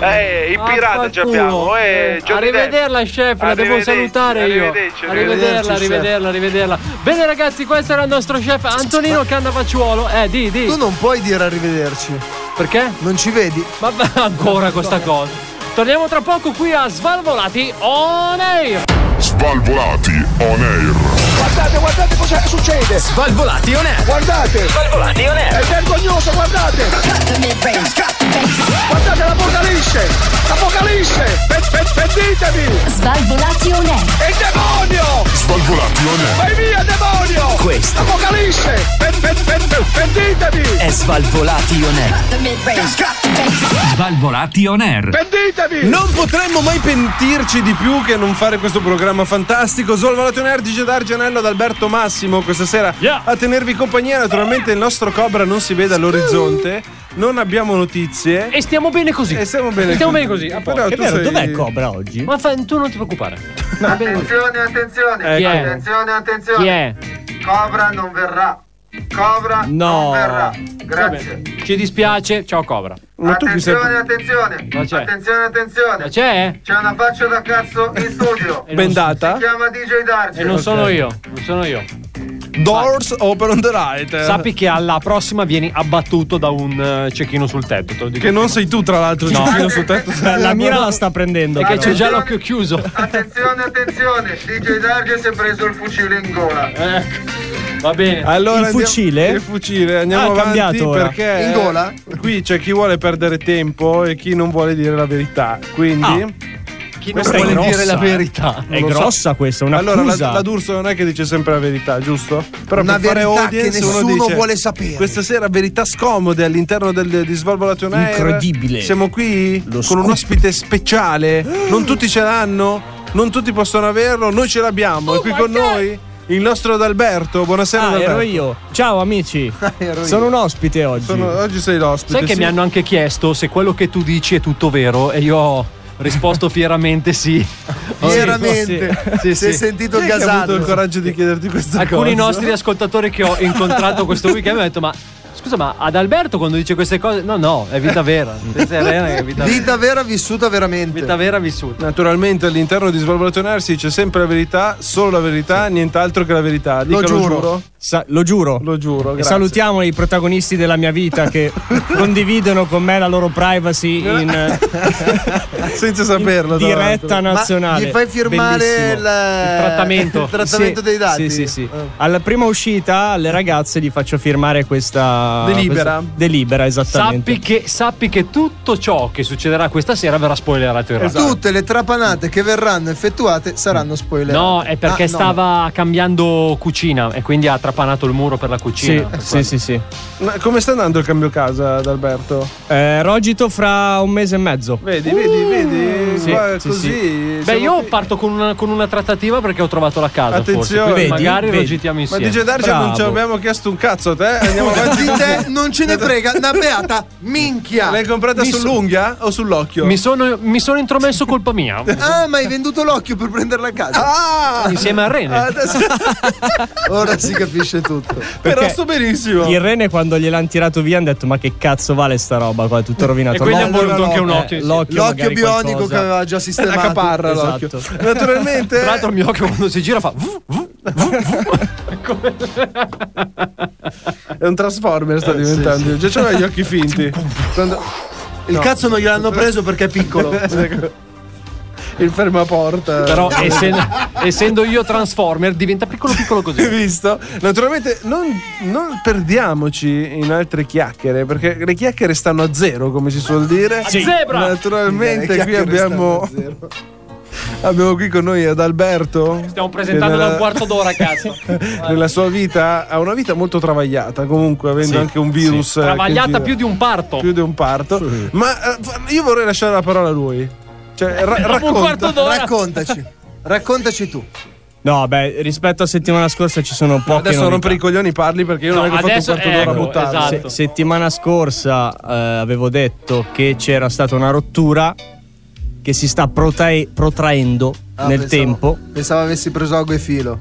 I: Eh, il pirata ci abbiamo. Eh, Johnny Depp.
J: Arrivederla, chef, la devo
I: Arrivederci,
J: salutare io.
I: arrivederci,
J: Arrivederla,
I: arrivederci,
J: arrivederla, arrivederla. Bene, ragazzi, questo era il nostro chef Antonino Cannavacciuolo. Eh, di, di.
T: Tu non puoi dire arrivederci.
J: Perché?
T: Non ci vedi.
J: Ma va- ancora questa cosa. Torniamo tra poco qui a Svalvolati on air.
L: Svalvolati on air.
U: Guardate, guardate cosa succede!
B: Svalvolati on air!
U: Guardate!
B: Svalvolati on air!
U: È vergognoso, guardate! Guardate l'apocalisse! L'apocalisse! Pe- pe- Pentitevi!
V: Svalvolati on air.
U: Il demonio!
L: Svalvolati on air.
U: Vai via, demonio!
B: Questo.
U: Apocalisse! Pe- pe- pe- pe- Pentitevi!
B: È Svalvolati on air! Svalvolati on air!
U: Pentitevi!
O: Non potremmo mai pentirci di più che non fare questo programma fantastico. Solvalato Nerd, DJ D'Argianello ad Alberto Massimo questa sera a tenervi compagnia. Naturalmente il nostro Cobra non Eh, si vede all'orizzonte.
I: non abbiamo notizie.
J: E stiamo bene così.
I: E stiamo bene
J: Stiamo bene
I: così.
J: così,
T: Eh,
J: a posto. È vero, dov'è Cobra
O: oggi?
J: Ma fa- tu non ti preoccupare. Va bene così.
W: Attenzione, attenzione,
J: Chi è?
W: attenzione, attenzione.
J: Chi è?
W: Cobra non verrà. Cobra non
J: No.
W: verrà. Grazie.
J: Ci dispiace. Ciao Cobra.
W: Attenzione, attenzione.
J: Ma c'è?
W: Attenzione, attenzione.
J: Ma c'è?
W: C'è una faccia da cazzo in studio.
J: E non- Bendata?
W: Si chiama DJ Darge.
J: E non sono io, non sono io.
I: Doors open on the right.
J: Sappi che alla prossima vieni abbattuto da un eh, cecchino sul tetto. te lo dico.
I: Che non sei tu, tra l'altro.
J: No.
I: Cecchino sul tetto.
J: La mira la sta prendendo. Perché c'è già l'occhio chiuso.
W: Attenzione, attenzione. DJ Darge si è preso il fucile in gola.
J: Va bene.
I: Allora,
J: Il
I: andiamo-
J: fucile?
I: Il fucile, andiamo
J: Ah, è
I: avanti
J: cambiato ora.
I: perché
J: In gola?
I: qui c'è chi vuole perdere tempo e chi non vuole dire la verità. Quindi
J: chi
O: Ah. Questa è grossa, eh. È
I: Non lo so.
O: grossa questa, è
I: Allora, la,
O: un'accusa.
I: la D'Urso non è che dice sempre la verità, giusto? Però
K: Una
I: per fare
K: verità
I: audience
K: che
I: uno
K: nessuno
I: dice,
K: vuole sapere.
I: Questa sera verità scomode all'interno del, di Svalvolation Air.
K: Incredibile.
I: Siamo qui con
K: scoop.
I: un ospite speciale. Non tutti ce l'hanno, non tutti possono averlo, noi ce l'abbiamo.
J: Oh
I: è qui con noi il nostro D'Alberto. Buonasera
O: Ah,
I: Adalberto.
O: ero io. Ciao amici.
I: ero io.
O: Sono un ospite oggi.
I: Sono- oggi sei l'ospite.
J: Sai che
I: sì.
J: mi hanno anche chiesto se quello che tu dici è tutto vero e io ho risposto fieramente sì.
K: Fieramente.
J: Sì, sì,
K: Si è
J: sì.
K: sentito
J: Chi è che ha
K: gasato?
J: avuto il
I: coraggio di chiederti questa
J: Alcuni
I: cosa?
J: nostri ascoltatori che ho incontrato questo weekend mi hanno detto ma scusa ma ad Alberto quando dice queste cose no no è vita vera. Questa è vera, è vita vera.
K: Vita vera vissuta veramente.
J: Vita vera vissuta.
I: Naturalmente all'interno di Svalvolatonare si dice sempre la verità, solo la verità, nient'altro che la verità. Dica,
O: Lo giuro. Sa- lo giuro.
I: Lo giuro.
O: E
I: grazie.
O: salutiamo i protagonisti della mia vita che condividono con me la loro privacy in eh,
I: Senza saperlo. tra
O: diretta
I: l'altro.
O: nazionale.
K: gli fai firmare
O: Bellissimo.
K: il, eh,
O: Il trattamento,
K: il trattamento
O: Sì,
K: dei dati?
O: Sì, sì, sì.
I: Ah.
O: Alla prima uscita alle ragazze gli faccio firmare questa
J: Delibera.
O: questa- delibera, esattamente.
J: Sappi che, sappi che tutto ciò che succederà questa sera verrà spoilerato in
K: E
I: Esatto.
J: radio.
K: Tutte le trapanate che verranno effettuate saranno spoiler.
J: No, è perché
K: Ah, no.
J: stava cambiando cucina e quindi ha trapanato il muro per la cucina. Per
O: sì,
J: quello.
O: sì, sì.
I: Ma come sta andando il cambio casa ad Alberto?
O: Eh, rogito fra un mese e mezzo.
I: Vedi,
K: Uh.
I: vedi, vedi.
O: sì,
I: qua è
O: sì,
I: così.
O: sì.
J: Beh,
I: siamo
J: io
I: qui.
J: parto con una, con una trattativa perché ho trovato la casa.
I: Attenzione,
J: forse. Quindi magari lo gitiamo insieme.
I: Ma dice Darge non ci abbiamo chiesto un cazzo a te. Andiamo avanti.
K: Di te non ce ne frega una beata minchia.
I: L'hai comprata
K: Mi so-
I: sull'unghia o sull'occhio?
J: Mi sono, mi sono intromesso colpa mia.
K: Ah, ma hai venduto l'occhio per prenderla a casa.
I: Ah!
J: Insieme a Rene.
K: Adesso- Ora si capisce tutto.
I: Però sto benissimo.
O: Il rene quando gliel'hanno tirato via hanno detto ma che cazzo vale sta roba qua, è
I: Eh.
O: tutto rovinato.
I: E quindi
O: L'occhio-
I: hanno voluto anche un
O: eh,
I: occhio, sì.
O: l'occhio,
K: L'occhio
O: magari
K: bionico
O: qualcosa.
K: che aveva già sistemato.
I: La caparra
K: Esatto.
I: l'occhio. Naturalmente.
J: Tra l'altro, il mio occhio quando si gira fa. "Vuh, vuh, vuh, vuh". Come-
I: È un Transformer
J: Eh,
I: sta diventando. Già c'aveva gli occhi finti. Quando-
K: Il
I: No.
K: cazzo non gliel'hanno preso perché è piccolo.
I: Il fermaporta.
J: Però
I: Eh,
J: essendo, essendo io Transformer diventa piccolo piccolo così.
I: Visto? Naturalmente non, non perdiamoci in altre chiacchiere, perché le chiacchiere stanno a zero, come si suol dire.
J: Sì. Zebra!
I: Naturalmente
K: Le
I: qui
K: chiacchiere
I: abbiamo. Abbiamo qui con noi ad Alberto.
J: Stiamo presentando da un quarto d'ora, cazzo.
I: Nella sua vita ha una vita molto travagliata, comunque, avendo
J: Sì,
I: anche un virus. eh, che
J: Travagliata
I: gira-
J: più di un parto.
I: più di un parto. Ma eh, io vorrei lasciare la parola a lui. Cioè, ra-
J: Dopo un quarto
I: racconta.
J: d'ora.
K: Raccontaci. Raccontaci tu.
O: No, beh, rispetto a settimana scorsa ci sono poche
I: Adesso
O: novità.
I: rompere i coglioni parli perché io
J: No,
I: non è che ho fatto un
J: adesso-
I: quarto d'ora
J: ecco,
I: a buttare.
J: esatto.
O: Se- settimana scorsa eh, avevo detto che c'era stata una rottura che si sta protae- protraendo
K: Ah,
O: nel
K: pensavo-
O: tempo.
K: Pensavo avessi preso ago e filo.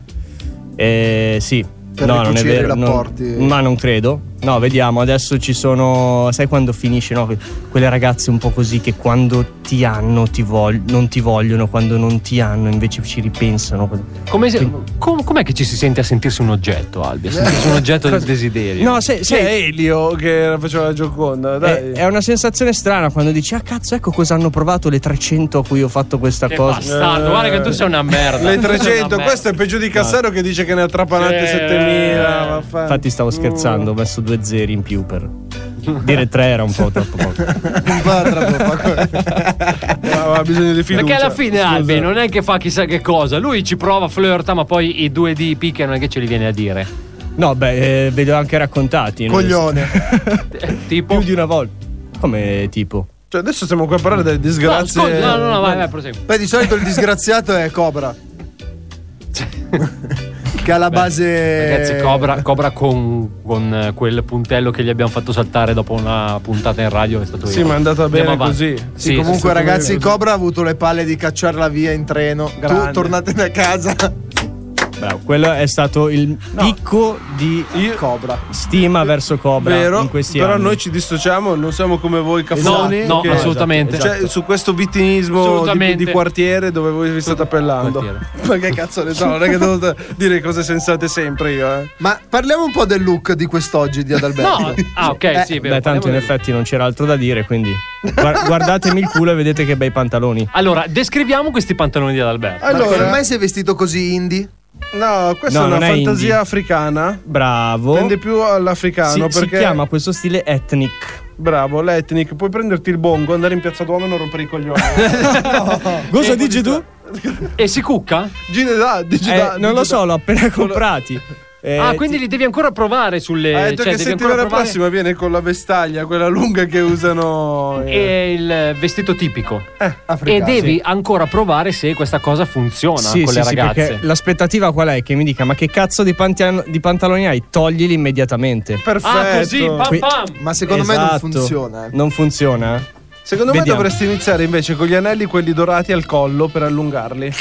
O: Eh, sì.
K: Per
O: no, non è
K: ricucire i
O: vero. non-
K: rapporti.
O: ma non credo. No, vediamo. Adesso ci sono. Sai quando finisce, no? Que- Quelle ragazze un po' così che quando ti hanno ti vog- non ti vogliono, quando non ti hanno invece ci ripensano.
J: Come se- com- com'è che ci si sente a sentirsi un oggetto, Albi? A sentirsi un oggetto del desiderio.
O: No, se-
I: C'è
O: se-
I: Elio che faceva la Gioconda,
O: È,
I: dai.
O: è una sensazione strana quando dici, ah cazzo, ecco cosa hanno provato le 300 a cui ho fatto questa
J: Che
O: cosa.
J: bastardo,
I: Eh.
J: guarda che tu sei una merda.
I: le
J: Tu sei una
I: 300,
J: merda.
I: questo è peggio di Cassaro che dice che ne ha trapanate
J: Sì. Eh,
I: 7000. vaffa-
O: Infatti stavo scherzando, ho messo due zeri in più per dire tre era un po' troppo poco.
K: Un po' troppo poco.
I: Ma aveva bisogno di fiducia.
J: Perché alla fine
I: Scusa.
J: Albi non è che fa chissà che cosa, lui ci prova, flirta, ma poi i due di picche non è che ce li viene a dire.
O: No, beh, eh, ve li ho anche raccontati. nel-
I: Mm,
K: Coglione.
J: Eh, Tipo
O: Più di una volta. Come tipo?
I: Cioè, adesso stiamo qua a parlare delle
J: No,
I: disgrazie.
J: ascolta, no, no, no, vai, vai, prosegui.
K: Poi di solito il disgraziato è Cobra. che ha la
J: Beh,
K: base.
J: Ragazzi,
I: Eh.
J: Cobra, Cobra con, con, eh, quel puntello che gli abbiamo fatto saltare dopo una puntata in radio è stato
I: Sì,
J: io.
I: ma è andata
J: Andiamo
I: bene
J: avanti.
I: così.
K: Sì, comunque, ragazzi, Cobra ha avuto le palle di cacciarla via in treno.
O: Grande.
K: Tu tornate da casa.
O: Bravo, quello è stato il picco di
I: Cobra.
O: stima verso Cobra
I: Vero,
O: in questi
I: però
O: anni.
I: noi ci dissociamo, non siamo come voi cafoni.
O: Esatto, no,
I: che-
O: assolutamente.
I: Cioè,
O: Esatto.
I: su questo vittimismo di,
J: Assolutamente.
I: di quartiere dove voi vi state appellando. Ma che cazzo ne so, non è che devo dire cose sensate sempre io, eh.
K: Ma parliamo un po' del look di quest'oggi di Adalberto.
J: ah,
K: Eh,
O: Beh, tanto in effetti non c'era altro da dire, quindi Guar- guardatemi il culo e vedete che bei pantaloni.
J: Allora, descriviamo questi pantaloni di Adalberto.
K: Allora, ormai sei vestito così indie?
I: No, questa
O: No,
I: è una
O: non è
I: fantasia
O: indie.
I: africana.
O: Bravo.
I: Tende più
O: si,
I: all'africano
O: si
I: perché
O: chiama questo stile ethnic.
I: Bravo, l'ethnic, puoi prenderti il bongo, andare in piazza Duomo e non rompere i coglioni. Eh,
O: Cosa dici tu?
J: E si cucca?
I: Gine da, dici
O: Eh,
I: da,
O: non lo
I: dici
O: so,
I: da.
O: l'ho appena comprati. Eh,
J: ah,
O: ti-
J: quindi li devi ancora provare sulle.
O: eh,
I: Ha detto
J: cioè,
I: che
J: devi ancora
I: settimana
J: provare-
I: prossima viene con la vestaglia, quella lunga che usano. eh.
J: È il vestito tipico.
I: africano,
J: e devi
I: Eh, sì.
J: ancora provare se questa cosa funziona
O: Sì,
J: con
O: sì,
J: le
O: sì,
J: ragazze.
O: perché l'aspettativa qual è? Che mi dica, ma che cazzo di, pantian- di pantaloni hai? Toglili immediatamente.
J: Ah,
I: Perfetto.
O: Qui-
K: Ma secondo me non
O: Esatto.
K: funziona. eh.
O: Non funziona?
I: Secondo
O: Vediamo.
I: me dovresti iniziare invece con gli anelli quelli dorati al collo per allungarli.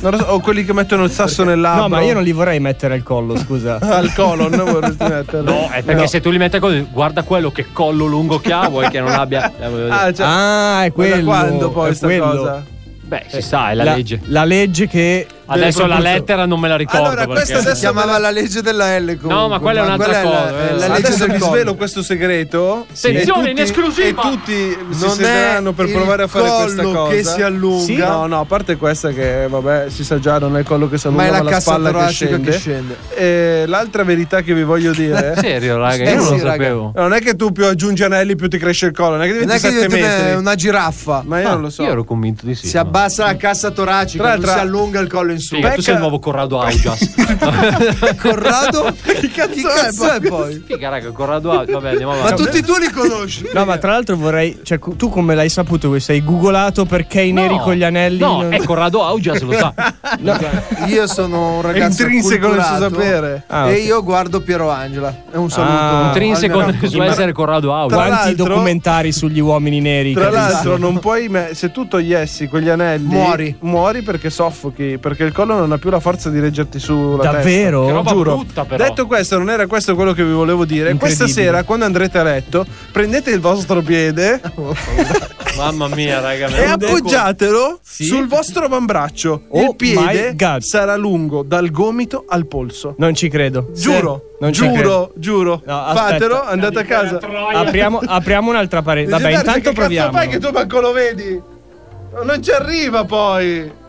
I: Non lo so, o quelli che mettono il sasso nel labbro.
O: No, ma io non li vorrei mettere al collo, scusa.
I: al colon vorresti metterli.
J: No, è perché
O: No.
J: se tu li metti così, guarda quello che collo lungo che ha, vuoi che non abbia. Eh,
I: Ah, cioè,
O: Ah, è
I: ma da
O: quello.
I: quando poi
O: è
I: sta
O: quello.
I: cosa?
J: Beh, si sa, è la, legge.
O: La legge che.
J: Adesso la lettera non me la ricordo.
K: Allora,
J: perché-
K: questa adesso chiamava la legge della L. Comunque.
J: No, ma quella è un'altra
K: la-
J: cosa,
K: è
J: eh.
K: La, legge
I: Adesso
K: del
I: vi
K: collo.
I: svelo questo segreto.
J: Attenzione,
I: E
J: in esclusiva!
I: E tutti si
K: Non è
I: sederanno per
K: il
I: provare a fare questa
K: collo
I: cosa.
K: che si allunga. Sì?
I: No, no, a parte questa che, vabbè, si sa già, non è il collo che si allunga,
K: Ma è
I: ma,
K: la
I: la
K: cassa
I: spalla che
K: toracica
I: scende.
K: che scende.
I: E l'altra verità che vi voglio dire.
J: Serio, raga, io
I: Eh
J: non
I: sì,
J: lo
I: raga.
J: sapevo.
I: Non è che tu più aggiungi anelli più ti cresce il collo, non è che diventi
K: Non è che
I: 7
K: diventi
I: metri.
K: una giraffa.
I: Ma io non lo so.
J: Io ero convinto di sì.
K: Si abbassa la cassa toracica,
I: Tra
K: non
I: l'altro-
K: si allunga il collo in su.
J: Figa, tu sei il nuovo Corrado Augias.
K: Corrado? Che cazzo, è poi?
J: Figa, raga, Corrado Augias. Vabbè, andiamo
K: Ma
J: avanti.
K: tutti tu li conosci.
O: No, ma tra l'altro vorrei. Cioè, cu- tu come l'hai saputo? questo? Hai googolato perché i neri
J: No,
O: con gli anelli.
J: No,
O: non-
J: è Corrado Augias, lo sa.
K: Io sono un ragazzo
I: intrinseco nel suo
K: acculturato
I: sapere.
O: Ah, ok.
K: E io guardo Piero Angela. È un saluto.
O: Ah.
J: Intrinseco
K: al mio-
J: nel suo essere Corrado Augias.
O: Quanti
I: l'altro-
O: documentari sugli uomini neri?
I: Tra
O: che
I: l'altro,
O: esistono?
I: non puoi. me- se tu togliessi quegli anelli,
K: Esatto. Muori.
I: muori perché soffochi. Perché il collo non ha più la forza di reggerti sulla
O: Davvero?
I: testa.
O: Che roba
I: Giuro.
J: brutta, però.
I: Detto questo, non era questo quello che vi volevo dire. Questa
O: Incredibile.
I: sera, quando andrete a letto, prendete il vostro piede
K: Oh,
J: Mamma mia, raga.
I: e
J: me-
I: appoggiatelo
O: Sì.
I: sul vostro avambraccio.
O: Oh
I: il piede
O: my God.
I: sarà lungo dal gomito al polso.
O: Non ci credo.
I: Giuro,
O: Non ci
I: giuro,
O: credo.
I: giuro.
O: No, aspetta.
I: Fatelo, andate a casa.
O: Apriamo, apriamo un'altra parete. Vabbè,
I: Legendario,
O: intanto
I: che cazzo
O: proviamo.
I: fai che tu manco lo vedi? Non ci arriva poi.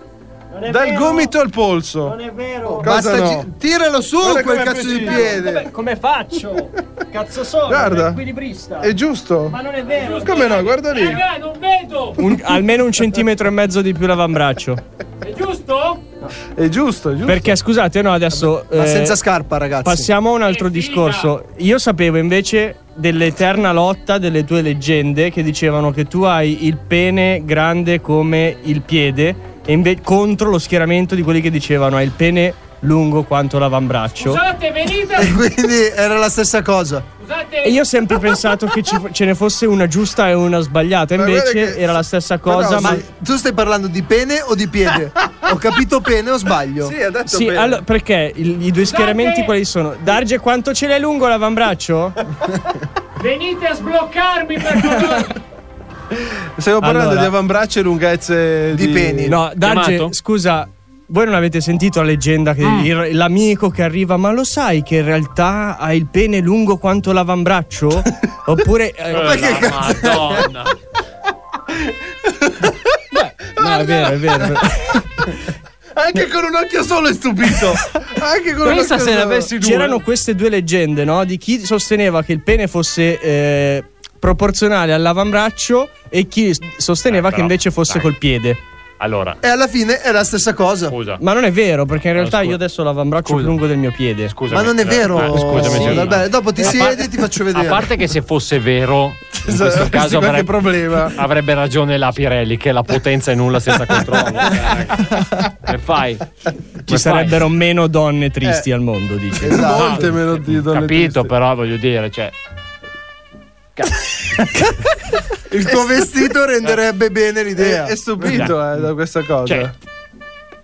I: Dal
O: vero.
I: gomito al polso.
O: è vero.
I: Cosa
K: Basta,
I: no?
K: gi- tiralo su
I: Guarda
K: quel
I: com'è
K: cazzo di
I: piacevole.
K: piede.
O: Come faccio? Cazzo sono?
I: Guarda. un
O: Equilibrista.
I: È giusto?
O: non è vero.
I: Come no? Guarda lì.
J: non vedo.
O: almeno un centimetro e mezzo di più l'avambraccio.
J: È giusto?
I: È giusto, è giusto.
O: Perché scusate, no, adesso.
K: Ma
O: eh,
K: senza scarpa, ragazzi.
O: Passiamo a un altro discorso. Io sapevo invece dell'eterna lotta delle tue leggende che dicevano che tu hai il pene grande come il piede e inve- contro lo schieramento di quelli che dicevano hai il pene lungo quanto l'avambraccio.
J: Scusate, venite.
K: E quindi era la stessa cosa.
J: Scusate.
O: E io ho sempre pensato che ci fo- ce ne fosse una giusta e una sbagliata,
I: Ma guarda
O: invece
I: che-
O: era la stessa
I: no,
O: cosa.
I: ma-
O: Ma,
K: Tu stai parlando di pene o di piede? Ho capito pene o sbaglio?
I: Sì, ha detto
O: sì,
I: bene.
O: allora, perché il- i due schieramenti quali sono? Darge, quanto ce l'hai lungo l'avambraccio?
J: Venite a sbloccarmi per favore.
I: Stiamo parlando
O: Allora.
I: di avambracci e lunghezze
K: Di peni.
O: No, Darge,
J: Chiamato? Mm.
O: scusa, voi non avete sentito la leggenda che il- l'amico che arriva, ma lo sai che in realtà ha il pene lungo quanto l'avambraccio? Oppure. eh,
J: Madonna.
O: no, è vero, è vero.
I: Anche con un occhio solo è stupito. Anche con un
J: Pensa
I: occhio
J: se ne
I: solo.
J: avessi due.
O: C'erano queste due leggende, no? Di chi sosteneva che il pene fosse. eh, Proporzionale all'avambraccio e chi s-
J: Eh,
O: sosteneva che
J: però,
O: invece fosse
J: dai.
O: col piede.
J: Allora,
K: E alla fine è la stessa cosa.
J: scusa.
O: Ma non è vero, perché in realtà
J: scusa.
O: io adesso ho l'avambraccio
J: Scusa.
O: più lungo del mio piede.
J: Scusami.
K: Ma non è
J: eh,
K: vero.
J: eh, scusami,
K: Sì,
J: Giovanni.
K: vabbè, dopo ti
J: A
K: siedi
J: parte-
K: e ti faccio
J: A
K: vedere.
J: parte che se fosse vero, In questo
I: Esatto,
J: caso
I: qualche
J: avrebbe,
I: problema.
J: avrebbe ragione la Pirelli, che la potenza è nulla senza controllo. che fai?
O: Ci sarebbero meno donne tristi
J: Eh.
O: al mondo, dice.
J: Molte me Capito, però voglio dire, cioè.
K: Il tuo vestito renderebbe bene l'idea.
I: È, è stupito eh, da questa cosa.
J: Cioè,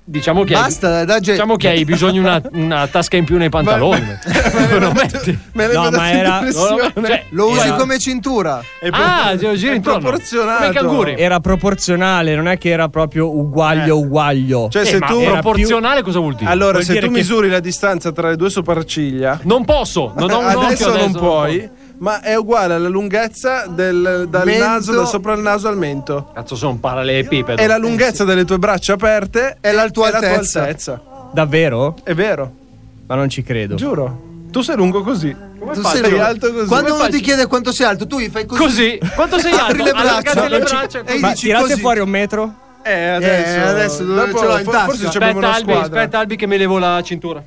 J: Diciamo che,
K: Basta,
J: hai, diciamo che hai bisogno di una, una tasca in più nei pantaloni. lo metti.
K: Me l'hai fatto impressione.
J: No, cioè,
K: lo usi
J: era-
K: come cintura.
J: Ah, gira gira intorno. Come i canguri.
O: Era proporzionale, non è che era proprio uguaglio
K: Eh.
O: uguaglio.
J: Eh,
I: Cioè, se tu
J: cosa vuol dire?
I: Allora,
O: Vuol
I: se
O: dire
I: tu
O: che-
I: misuri la distanza tra le due sopracciglia,
J: non posso.
O: non ho un
I: adesso,
O: occhio, adesso
I: non
O: non
I: puoi, ma è uguale alla lunghezza del, dal
J: Mento.
I: naso, da sopra il naso al mento.
J: Cazzo, sono un parallelepipedo.
I: È la lunghezza delle tue braccia aperte e la tua,
J: altezza.
I: altezza.
O: Davvero?
I: È vero.
O: Ma non ci credo.
I: Giuro. Tu sei lungo così.
J: Eh,
K: Tu
I: fai?
K: sei
I: Sei
K: lungo.
I: alto così.
K: Quando
I: Come
K: uno
I: fai?
K: ti chiede quanto sei alto, tu gli fai così.
I: Così? Quanto sei
K: Apri
I: alto?
K: le
I: Allargate
K: braccia.
I: le
J: cioè,
I: braccia,
K: E gli
O: Ma
K: dici
O: tirate
K: così.
O: fuori un metro?
I: Eh,
K: adesso-
J: dopo
K: ce l'ho in
J: for-
K: tasca.
J: forse
K: Aspetta,
J: abbiamo una
K: Albi,
J: squadra.
K: aspetta,
J: Albi che me levo la cintura.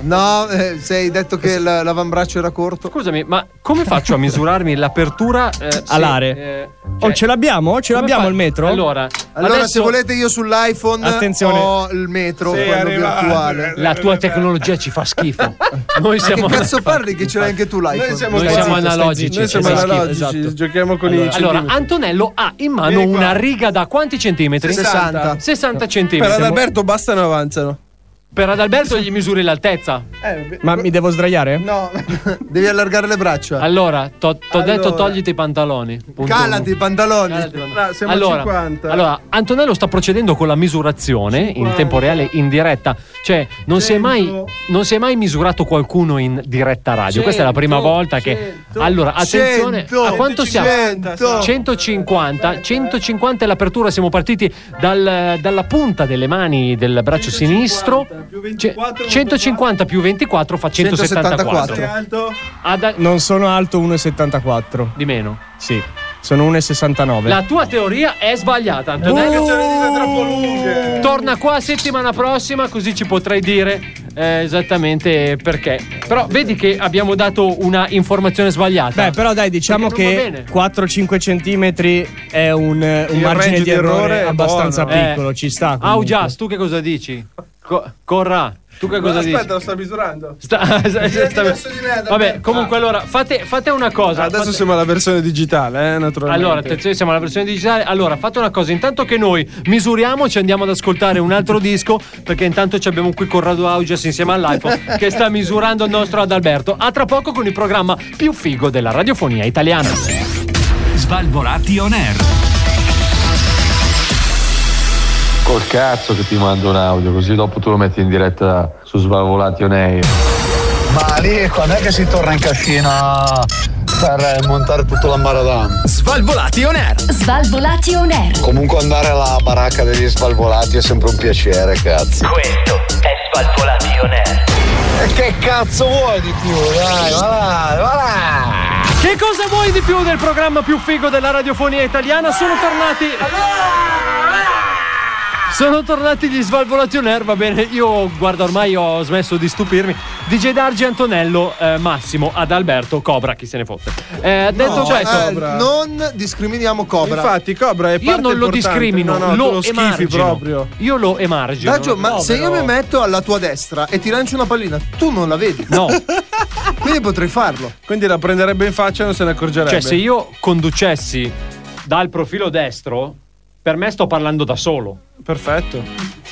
K: No, eh, sei detto che la- l'avambraccio era corto.
J: Scusami, ma come faccio a misurarmi l'apertura eh,
K: Alare.
O: oh, ce l'abbiamo? Ce l'abbiamo il metro?
J: cioè, Allora,
K: Allora,
J: adesso-
K: se volete, io sull'iPhone
J: Attenzione.
K: ho il metro, quello virtuale.
J: La tua tecnologia ci fa schifo.
K: Ma
J: Noi siamo
K: che cazzo parli che ce l'hai anche tu l'iPhone?
J: Noi siamo, analogici.
I: Noi siamo
J: esatto,
I: analogici,
J: esatto.
I: giochiamo con
J: allora,
I: i
J: allora,
I: centimetri.
J: Antonello ha in mano
I: Vieni qua.
J: una riga da quanti centimetri?
I: 60.
J: 60
I: Per
J: centimetri.
I: Adalberto bastano e avanzano.
J: Per Adalberto gli misuri l'altezza.
O: Ma mi devo sdraiare?
K: Eh, No, devi allargare le braccia.
J: Allora, t'ho t'ho detto
K: Allora.
J: togliti i pantaloni. Punto
K: Calati i pantaloni. Ah,
I: No, Ah, siamo
J: allora,
I: a 50.
J: allora, Antonello sta procedendo con la misurazione in tempo reale, in diretta. Cioè, non si, è mai, non si è mai misurato qualcuno in diretta radio. Questa è la prima
I: Cento,
J: volta che. Allora, attenzione,
I: Cento,
J: a quanto siamo?
I: 150,
J: 150. 150 è l'apertura. Siamo partiti dal- dalla punta delle mani del braccio sinistro. Ce- 150 più 24 fa 174.
I: alto?
O: Non sono alto 1,74.
J: Di meno?
O: Sì. Sono 1,69.
J: La tua teoria è sbagliata, Antonello. Torna qua settimana prossima, così ci potrai dire eh, esattamente perché. Però vedi che abbiamo dato una informazione sbagliata.
O: Beh, però dai, diciamo
J: Perché non va
O: che 4-5 centimetri è un, un
J: Il
O: margine
J: range
O: di errore
J: è
O: abbastanza
J: buono. Eh.
O: piccolo. Ci sta.
J: Ah,
O: comunque.
J: Augias, tu che cosa dici? Co- Corra, tu che cosa
I: aspetta,
J: dici?
I: lo sta misurando.
J: Sta- sta-
I: Vieni
J: sta-
I: verso di me, Adalberto.
J: Vabbè, comunque allora fate, fate una cosa.
I: Adesso
J: fate-
I: siamo alla versione digitale, eh, naturalmente.
J: Allora, attenzione, siamo alla versione digitale. Allora, fate una cosa: intanto che noi misuriamoci, andiamo ad ascoltare un altro disco, perché intanto ci abbiamo qui Corrado Augias insieme all'iPhone che sta misurando il nostro Adalberto. A tra poco con il programma più figo della radiofonia italiana.
H: Svalvolati on air.
X: Col cazzo che ti mando un audio, così dopo tu lo metti in diretta su Svalvolati on Air.
Y: Ma lì quando è che si torna in cascina per montare tutto l'ambaradan?
H: Svalvolati on air.
F: Svalvolati on air.
Y: Comunque andare alla baracca degli svalvolati è sempre un piacere, cazzo.
H: Questo è Svalvolati on air.
Y: E che cazzo vuoi di più? Dai, va là, va là!
J: Che cosa vuoi di più del programma più figo della radiofonia italiana? Sono tornati. Sono tornati gli Svalvolati on Air, va bene, io guarda ormai ho smesso di stupirmi. DJ Dargi Antonello, eh, Massimo, Adalberto, Cobra, chi se ne fotte. Eh, detto
K: No,
J: questo,
K: eh, non discriminiamo Cobra.
J: Infatti,
I: Ah, Cobra eh. è
J: io non lo discrimino,
K: no, no,
J: lo,
K: tu lo schifi
J: emargino.
K: proprio.
J: Io lo emargino.
K: Daggio, ma
J: No,
K: se io
J: però-
K: mi metto alla tua destra e ti lancio una pallina, tu non la vedi?
J: No. cioè,
K: Quindi potrei farlo.
I: Quindi la prenderebbe in faccia e non se ne accorgerebbe.
J: Cioè, se io conducessi dal profilo destro, per me sto parlando da solo.
I: Perfetto.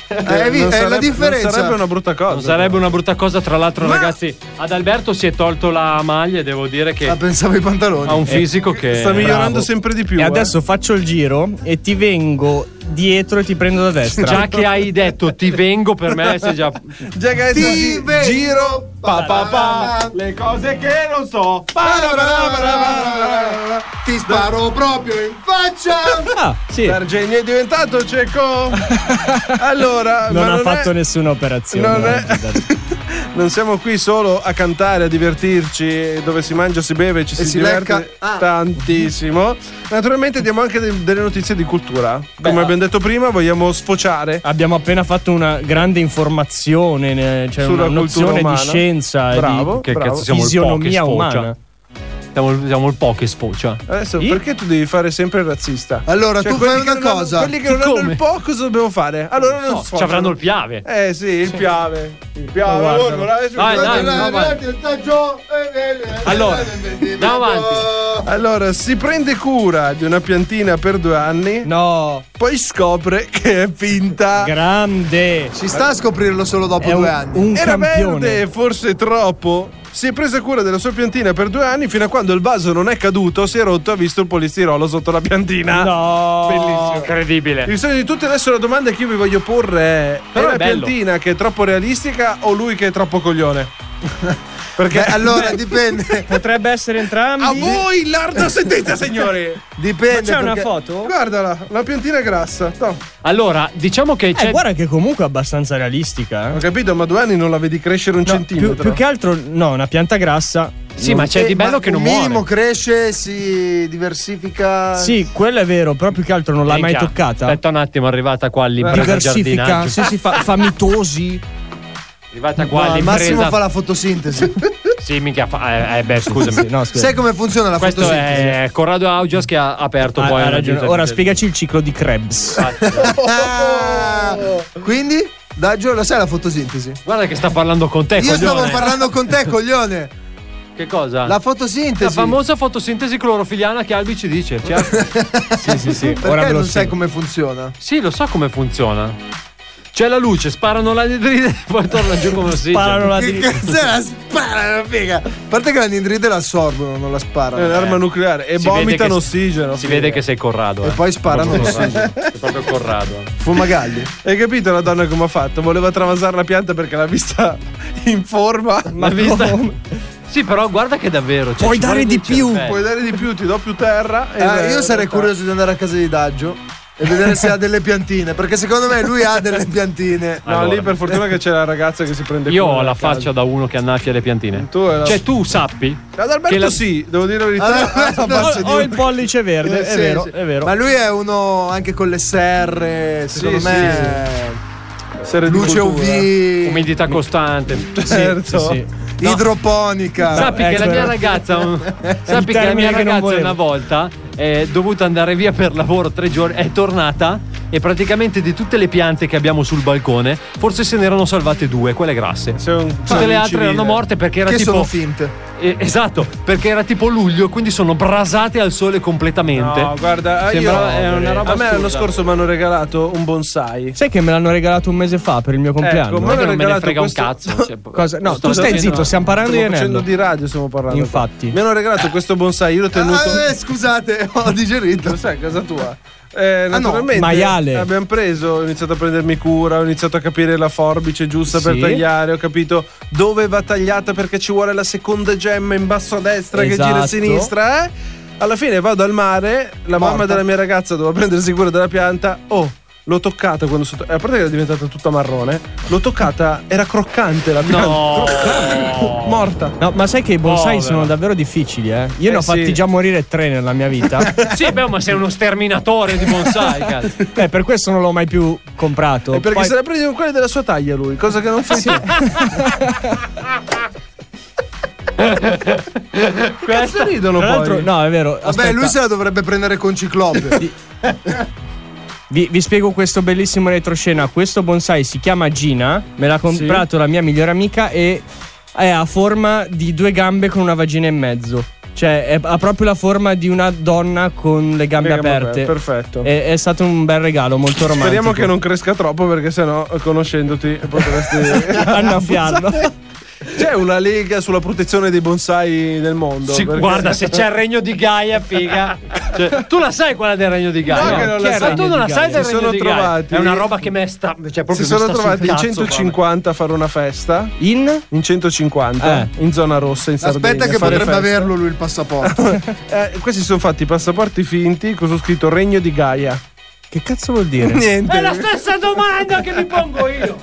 K: hai visto?
I: Non
K: È la
I: sarebbe-
K: differenza.
I: Non sarebbe una brutta cosa.
J: Non sarebbe una brutta cosa, tra l'altro, ragazzi. Adalberto si è tolto la maglia e devo dire che.
K: Ah, pensavo ai pantaloni.
J: Ha un fisico che.
O: Bravo. E
I: eh.
O: adesso faccio il giro e ti vengo dietro e ti prendo da destra.
J: Già che hai detto ti vengo per me, sei già.
O: Boh,
I: Già che adesso gi- giro.
J: pa, pa, pa,
I: le cose che non so.
K: Ti sparo proprio in faccia.
O: Ah, sì.
I: D'Argenio è diventato cieco. allora, ma
O: non ha
I: è-
O: fatto nessuna operazione. eh.
I: non è-
O: oggi, dai.
I: Non siamo qui solo a cantare, a divertirci, dove si mangia, si beve, ci si,
K: si
I: diverte
K: lecca. Ah.
I: tantissimo. Naturalmente diamo anche de- delle notizie di cultura. Come abbiamo detto prima, vogliamo sfociare.
O: Abbiamo appena fatto una grande informazione, ne- cioè
I: Sulla
O: una
I: cultura
O: nozione
I: umana.
O: di scienza e
I: Bravo,
O: di
I: bravo.
O: fisionomia umana.
J: Siamo, siamo il po' che sfocia.
K: Eh,
I: Adesso, perché tu devi fare sempre il razzista? Cioè,
J: Allora, tu fai
I: quelli che
J: una
I: non hanno-
J: cosa.
I: quelli che non
J: Come?
I: hanno il po', cosa dobbiamo fare? Allora non
J: No,
I: sfociano.
J: ci avranno il piave.
I: Eh sì, il piave. Il piave.
J: Ma guardalo.
I: allora, adesso-
J: Dai, dai, no, vai. Eh, Allora,
K: eh,
J: andiamo avanti.
I: Allora, si prende cura di una piantina per due anni.
O: No.
I: Poi scopre che è finta.
O: Grande.
K: Ci sta a scoprirlo solo dopo due anni.
I: Era verde, forse troppo. Si è presa cura della sua piantina per due anni fino a quando il vaso non è caduto, si è rotto e ha visto il polistirolo sotto la piantina.
J: No.
I: Bellissimo.
J: Incredibile.
K: eh,
I: Il sogno di tutti adesso la domanda che io vi voglio porre è:
J: Però
I: è la
J: è bello.
I: piantina che è troppo realistica o lui che è troppo coglione? Perché
K: allora dipende.
O: Potrebbe essere entrambi.
I: A voi l'arda sentita, signori!
K: Dipende.
O: Ma c'è una perché- foto?
I: Guardala, la piantina è grassa. No.
J: Allora,
K: Eh,
J: diciamo che
I: cioè
O: c'è. Eh, guarda che comunque è abbastanza realistica.
I: Ho capito, ma due anni non la vedi crescere un
O: centimetro. Più, più che altro, no, una pianta grassa. Non- eh, ma
K: un minimo cresce, si diversifica.
O: Sì, quello è vero, però più che altro non l'hai mai
J: Minchia,
O: toccata.
J: Aspetta un attimo, è arrivata qua l'impresa
O: Diversifica,
J: giardinaggio.
O: sì, sì, fa, fa mitosi.
J: È arrivata qua
K: al
J: l'impresa.
O: esatto.
K: massimo fa la fotosintesi.
J: Sì, minchia, fa... eh, eh, beh, scusami.
O: no,
K: Sai come funziona la
J: Questo
K: fotosintesi?
J: è Corrado Augias che ha aperto
O: Ha-
J: poi
O: ha
J: la
O: ragione.
J: giusta-
O: Ora spiegaci il ciclo di Krebs. Oh!
K: Ah! Quindi, Daggio, lo sai la fotosintesi?
O: Eh,
J: Guarda che sta parlando con te,
K: Io stavo
J: coglione.
K: parlando con te, coglione.
J: Che cosa?
K: La fotosintesi.
J: La famosa fotosintesi clorofiliana che Albi ci dice. certo? sì, sì, sì.
K: Perché non sai come funziona?
J: Sì, lo so come funziona. C'è la luce, sparano l'anidride e poi torna giù come ossigeno.
K: Che cazzo è la spara, figa? A parte che la nindride la assorbono, non la sparano.
O: Eh,
K: Eh.
J: È un'arma
I: nucleare
J: Si vede che- Si vede che sei Corrado.
K: E
J: eh.
K: poi sparano
J: Proprio Corrado.
K: l'ossigeno.
J: Sei proprio Corrado.
K: Fumagalli.
I: Hai capito la donna come ha fatto? Voleva travasare la pianta perché l'ha vista in forma.
J: Ma vista- Sì, però guarda che davvero. cioè, ci vuole del cervello.
I: Puoi dare di più, ti do più terra. e-
K: Ah, io
I: eh,
K: sarei curioso di andare a casa di Daggio e vedere se ha delle piantine. Perché secondo me lui ha delle piantine.
I: No, lì per fortuna che c'è la ragazza che si prende
J: Io
I: cura
J: ho
I: della
J: la
I: casa.
J: faccia da uno che annaffia le piantine.
I: Tu hai la-
J: Cioè, tu sappi.
I: Ad Alberto
J: che la-
I: sì, devo dire la verità.
K: Ah, no, no,
I: Faccio
K: ho-
I: di-
K: ho il
O: pollice verde,
K: Eh, sì, sì. Ma lui è uno anche con le serre,
I: Sì,
K: secondo
I: sì,
K: me.
I: Sere di
K: Luce
I: cultura.
K: UV.
J: Umidità costante.
I: Certo.
J: No.
K: Idroponica.
J: Sappi che la mia ragazza, sappi che la mia ragazza una volta è dovuta andare via per lavoro tre giorni, è tornata e praticamente di tutte le piante che abbiamo sul balcone, forse se ne erano salvate due, quelle grasse. Tutte le altre erano morte perché era
K: che
J: tipo
K: sono finte.
J: Eh, esatto, perché era tipo luglio, quindi sono brasate al sole completamente.
I: No, guarda, io-
J: Sembrava- è una roba
I: a me l'anno
J: assurda.
I: scorso mi hanno regalato un bonsai.
O: Sai che me l'hanno regalato un mese fa per il mio compleanno?
I: Ecco, me l'hanno
J: non me ne
I: regalato
J: frega un
I: questo-
J: cazzo, cioè,
O: Cosa? No,
I: Sto
O: tu stai
I: facendo-
O: zitto, stiamo parlando di
I: stiamo
O: Enello.
I: facendo di radio, stiamo parlando.
O: Infatti.
I: Mi hanno regalato questo bonsai, io l'ho tenuto.
K: Ah, eh, scusate, ho digerito.
I: Lo sai, casa tua. Eh,
K: Ah, no,
I: naturalmente
O: maiale.
I: abbiamo preso, ho iniziato a prendermi cura, ho iniziato a capire la forbice giusta per
O: Sì.
I: tagliare, ho capito dove va tagliata perché ci vuole la seconda gemma in basso a destra che gira a
O: Esatto.
I: sinistra. eh. Alla fine vado al mare, la mamma della mia ragazza doveva prendersi cura della pianta. Oh, l'ho toccata quando sono. A parte che era diventata tutta marrone, l'ho toccata, era croccante la pianta. Croccante. Morta.
O: No, ma sai che i bonsai
J: Povera.
O: sono davvero difficili, eh? Io ne
J: Eh,
O: ho fatti
J: sì.
O: già morire tre nella mia vita.
J: Sì, beh, ma sei uno sterminatore di bonsai, cazzo.
O: eh, per questo non l'ho mai più comprato.
I: E perché
O: Poi-
I: se la prende con quella della sua taglia lui, cosa che non fa sì.
K: Cazzo ridono
O: Tra l'altro, no, è vero.
K: Vabbè,
O: aspetta,
K: lui se la dovrebbe prendere con Ciclope.
O: vi, vi spiego questo bellissimo retroscena. Questo bonsai si chiama Gina, me l'ha comprato la mia migliore amica e è a forma di due gambe con una vagina in mezzo. Cioè, è- ha proprio la forma di una donna con le gambe
I: Le gambe
O: aperte.
I: aperte, perfetto.
O: È, è stato un bel regalo, molto romantico.
I: Speriamo che non cresca troppo perché sennò conoscendoti potresti
O: Annaffiarlo.
I: C'è una lega sulla protezione dei bonsai del mondo.
J: Sì,
I: perché-
J: guarda, se c'è il regno di Gaia, figa. Cioè, tu la sai quella del regno di Gaia?
I: No, che non la
J: Chi è il
I: so.
J: regno Ma tu non la
I: di
J: sai
I: Gaia?
J: del
I: Si
J: regno
I: sono
J: di
I: trovati-
J: Gaia? È una roba che me sta. Cioè, proprio
I: Si
J: mi
I: sono
J: sta sul
I: trovati in
J: cazzo,
I: 150 a fare una festa.
O: In?
I: In 150,
K: Eh.
I: in zona rossa, in Sardegna.
K: Aspetta, che
I: a fare
K: potrebbe
I: festa.
K: averlo lui il passaporto.
I: Eh, questi sono fatti i passaporti finti con su scritto Regno di Gaia. Eh,
O: Che cazzo vuol dire?
I: Niente.
E: È la stessa domanda che mi pongo io.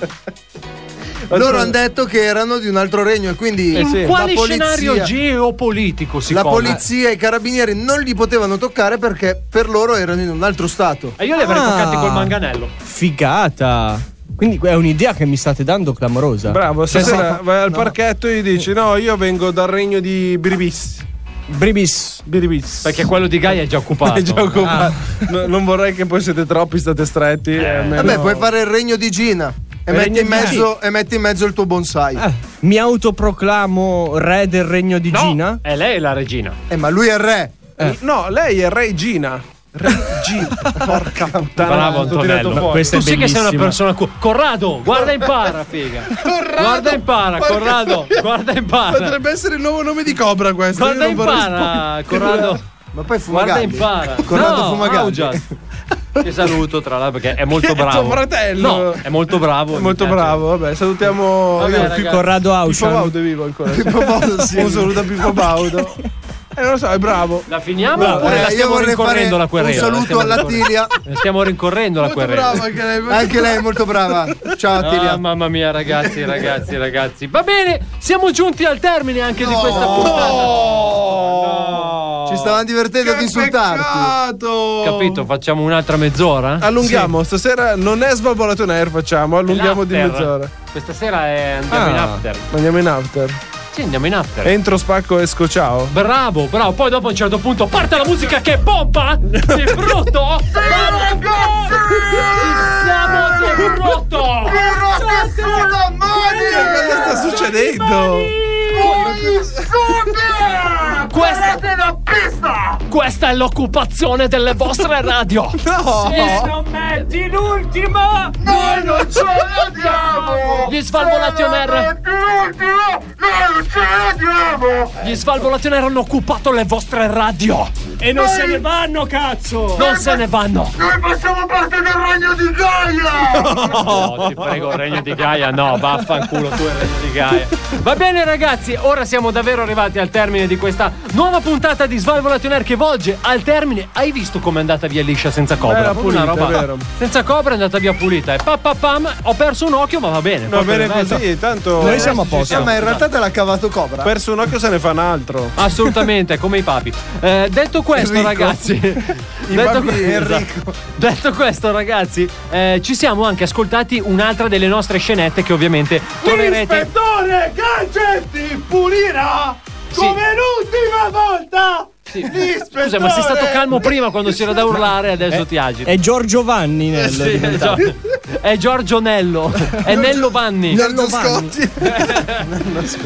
K: Loro hanno detto che erano di un altro regno e quindi
J: Eh sì. In
K: la
J: quale
K: polizia-
J: scenario geopolitico si
K: la
J: copre?
K: polizia e i carabinieri non li potevano toccare perché per loro erano in un altro stato.
J: E Eh, io li avrei
O: Ah.
J: toccati col manganello.
O: Figata. Quindi è un'idea che mi state dando clamorosa.
I: Bravo,
O: Cioè,
I: stasera
O: sa-
I: vai al parchetto e gli dici: No, io vengo dal regno di Bribis. Bribis. Bribis.
J: Perché quello di Gaia è già occupato. Ah.
I: È già occupato. No, non vorrei che poi siete troppi, state stretti.
J: Eh,
I: Eh, e almeno-
K: Vabbè, puoi fare il regno di Gina. E
I: Il
K: metti,
I: regno
K: in
I: di
K: mezzo, e metti in mezzo il tuo bonsai.
I: Eh.
O: Mi autoproclamo re del regno di Gina.
J: È lei la regina.
K: Eh, ma lui è il re.
I: Eh. No, lei è regina. Regina. Porca puttana.
J: Bravo
I: tutto tirato
J: Antonello.
I: fuori.
J: tu sì che sei una persona cu- Corrado, guarda in para, figa. guarda in para,
I: porca
J: Corrado,
I: troia.
J: guarda in para.
I: Potrebbe essere il nuovo nome di Cobra questo.
J: Guarda
I: io non
J: in
I: vorrei
J: para,
I: spoiler.
J: Corrado.
K: Ma poi
J: Guarda
K: Fumagalli.
J: in para.
K: Corrado
J: no,
K: Fumagalli.
J: Augias. Che saluto tra l'altro perché è molto
I: Che è tuo
J: bravo.
I: fratello.
J: No, è molto bravo.
I: È molto bravo, vabbè, salutiamo
J: Vabbè,
I: io,
J: ragazzi.
I: Pippo-
J: Corrado
I: Pippo
J: Aushan.
I: Baudo è vivo ancora.
K: Pippo Baudo, sì.
I: Un saluto a Pippo Baudo. Eh, non lo so, è bravo.
J: La finiamo
I: No,
J: oppure
I: eh,
J: la
I: io
J: stiamo
I: vorrei
J: rincorrendo
I: fare
J: la querela?
I: un saluto
J: La stiamo
I: alla
J: rincorrendo-
I: Tilia.
J: La stiamo rincorrendo la querela.
K: Brava anche lei. Anche lei è molto brava. Ciao
J: Ah,
K: Tilia.
J: mamma mia, ragazzi, ragazzi, ragazzi. Va bene, siamo giunti al termine anche di questa puntata.
K: Ci stavamo divertendo ad insultarti.
J: Capito? Facciamo un'altra mezz'ora?
I: Allunghiamo, stasera non è svalvolato air, facciamo, allunghiamo di
J: L'after.
I: mezz'ora. Ah.
J: Questa sera è- andiamo in after.
I: Andiamo in after.
J: Sì, andiamo in after.
I: Entro spacco esco ciao.
J: Bravo, bravo. Poi dopo a un certo punto parte la musica che pompa. Sei brutto? Ci siamo brutto.
I: Cosa sta succedendo?
J: Questa è la pista. Questa è l'occupazione delle vostre radio.
I: No.
J: Sì, no.
B: metti l'ultima, noi non ce la diamo!
J: Gli Svalvolation
B: Se non
J: R.
B: metti l'ultima, noi non ce la diamo!
J: Gli Svalvolazioni hanno occupato le vostre radio.
Z: E non se ne vanno, cazzo!
J: Non se ne vanno.
B: Noi facciamo parte del regno di Gaia!
J: No, ti prego, il regno di Gaia, no, vaffanculo tu e il regno di Gaia. Va bene ragazzi, ora siamo davvero arrivati al termine di questa nuova puntata di Svalvolation Air che volge al termine. Hai visto com'è andata via liscia senza cobra?
I: Bella
J: Una
I: pulita, vero.
J: Senza cobra è andata via pulita. E pa, pa, pam, ho perso un occhio, ma va bene.
I: Va
J: Poi per
I: bene
J: il resto-
I: così, tanto.
J: Noi siamo a posto.
I: Ci siamo.
K: Ma in realtà te l'ha cavato Cobra.
I: Perso un occhio se ne fa un altro.
J: Assolutamente, come i papi. Eh, detto questo,
I: Enrico.
J: ragazzi, detto,
I: papi
J: que- esatto.
I: Enrico.
J: detto questo, ragazzi, eh, ci siamo anche ascoltati un'altra delle nostre scenette che ovviamente troverete.
B: L'ispettore Gangetti pulirà come l'ultima volta! L'ispettore!
J: Scusa, ma sei stato calmo prima quando c'era da urlare, adesso ti agiti.
O: Eh, È Giorgio Vanni nel
J: Sì,
K: Eh,
J: è
O: diventato.
J: Gio- è Giorgio Nello, è Nello Vanni.
O: Nello Vanni.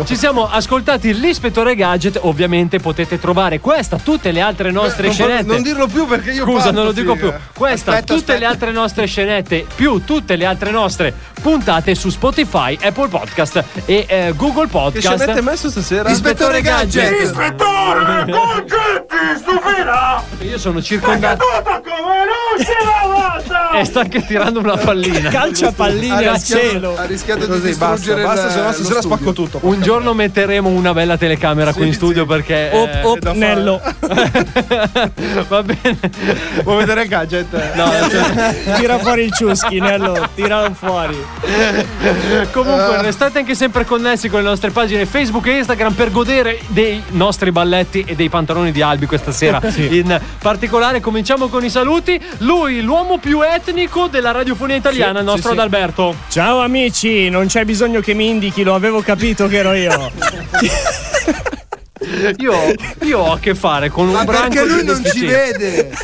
J: Ci siamo ascoltati l'ispettore Gadget. Ovviamente potete trovare questa, tutte le altre nostre
I: Eh, Non, fa-
J: scenette.
I: non dirlo più perché io
J: Scusa,
I: parto,
J: non lo dico
I: figa.
J: più. Questa,
I: Aspetta,
J: tutte
I: aspetta.
J: le altre nostre scenette, più tutte le altre nostre puntate su Spotify, Apple Podcast e eh, Google
I: Che
J: Podcast.
I: scenette hai messo stasera?
J: Ispettore Gadget.
B: L'ispettore Gangetti stupirà!
J: Io sono
B: È
J: circondato.
B: caduta come l'ultima volta!
J: E sta anche tirando una pallina.
O: Calcia pallini
K: Ha
O: a
K: rischiato-
O: cielo.
K: Ha rischiato di
I: Così basta,
K: distruggere
I: basta,
K: il-
I: se no
K: lo
I: stasera
K: studio.
I: spacco tutto.
J: Un giorno metteremo una bella telecamera qui in studio perché.
I: Oh,
O: Op,
J: eh,
O: op, Nello.
J: va bene.
I: Vuoi vedere il gadget?
J: No, cioè-
O: Tira fuori il ciuschi, Nello. Tiralo fuori.
J: Cioè,
K: Ah.
J: Comunque, restate anche sempre connessi con le nostre pagine Facebook e Instagram per godere dei nostri balletti e dei pantaloni di Albi questa sera. In particolare, cominciamo con i saluti. Lui, l'uomo più etnico della radiofonia italiana, il nostro Adalberto.
O: Ciao amici, non c'è bisogno che mi indichi, lo avevo capito che ero io.
J: Io, io ho a che fare con un
K: Ma
J: branco
K: perché lui
J: di
K: non ci
J: NPC.
K: vede.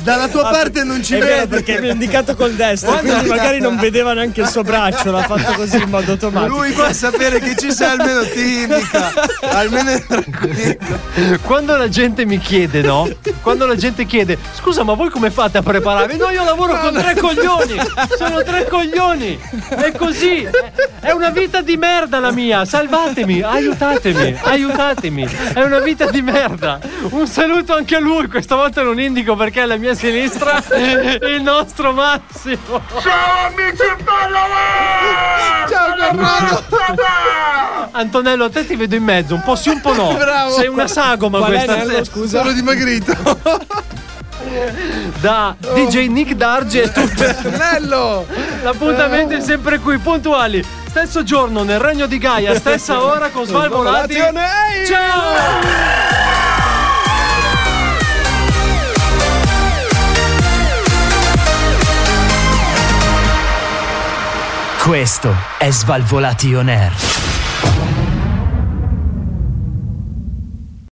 K: Dalla tua parte non ci
O: È vero,
K: vede.
O: perché mi ha indicato col destro,
K: Guarda.
O: quindi magari non vedeva neanche il suo braccio, l'ha fatto così in modo automatico.
K: Lui qua a sapere che ci sei almeno ti indica. Almeno è tranquillo.
J: Quando la gente mi chiede, no? Quando la gente chiede, scusa, ma voi come fate a prepararvi? No, io lavoro con tre coglioni! Sono tre coglioni! È così! È- È una vita di merda la mia! Salvatemi! Aiutatemi! Aiutatemi! È una vita di merda! Un saluto anche a lui, questa volta non indico perché è alla mia sinistra il nostro Massimo!
B: Ciao amici follower! Ciao Corrado!
J: Antonello, a te ti vedo in mezzo, un po' sì, un po' no.
K: Bravo.
J: Sei una sagoma
O: Qual è,
J: questa
O: Nello,
J: sera.
O: scusa?
K: Sono dimagrito.
J: da
O: Oh.
J: DJ Nick Darge e tutto.
K: Nello!
J: L'appuntamento è sempre qui, puntuali. Stesso giorno nel regno di Gaia, stessa ora con Svalvolati.
I: Svalvolati.
J: Ciao!
H: Questo è Svalvolation Air.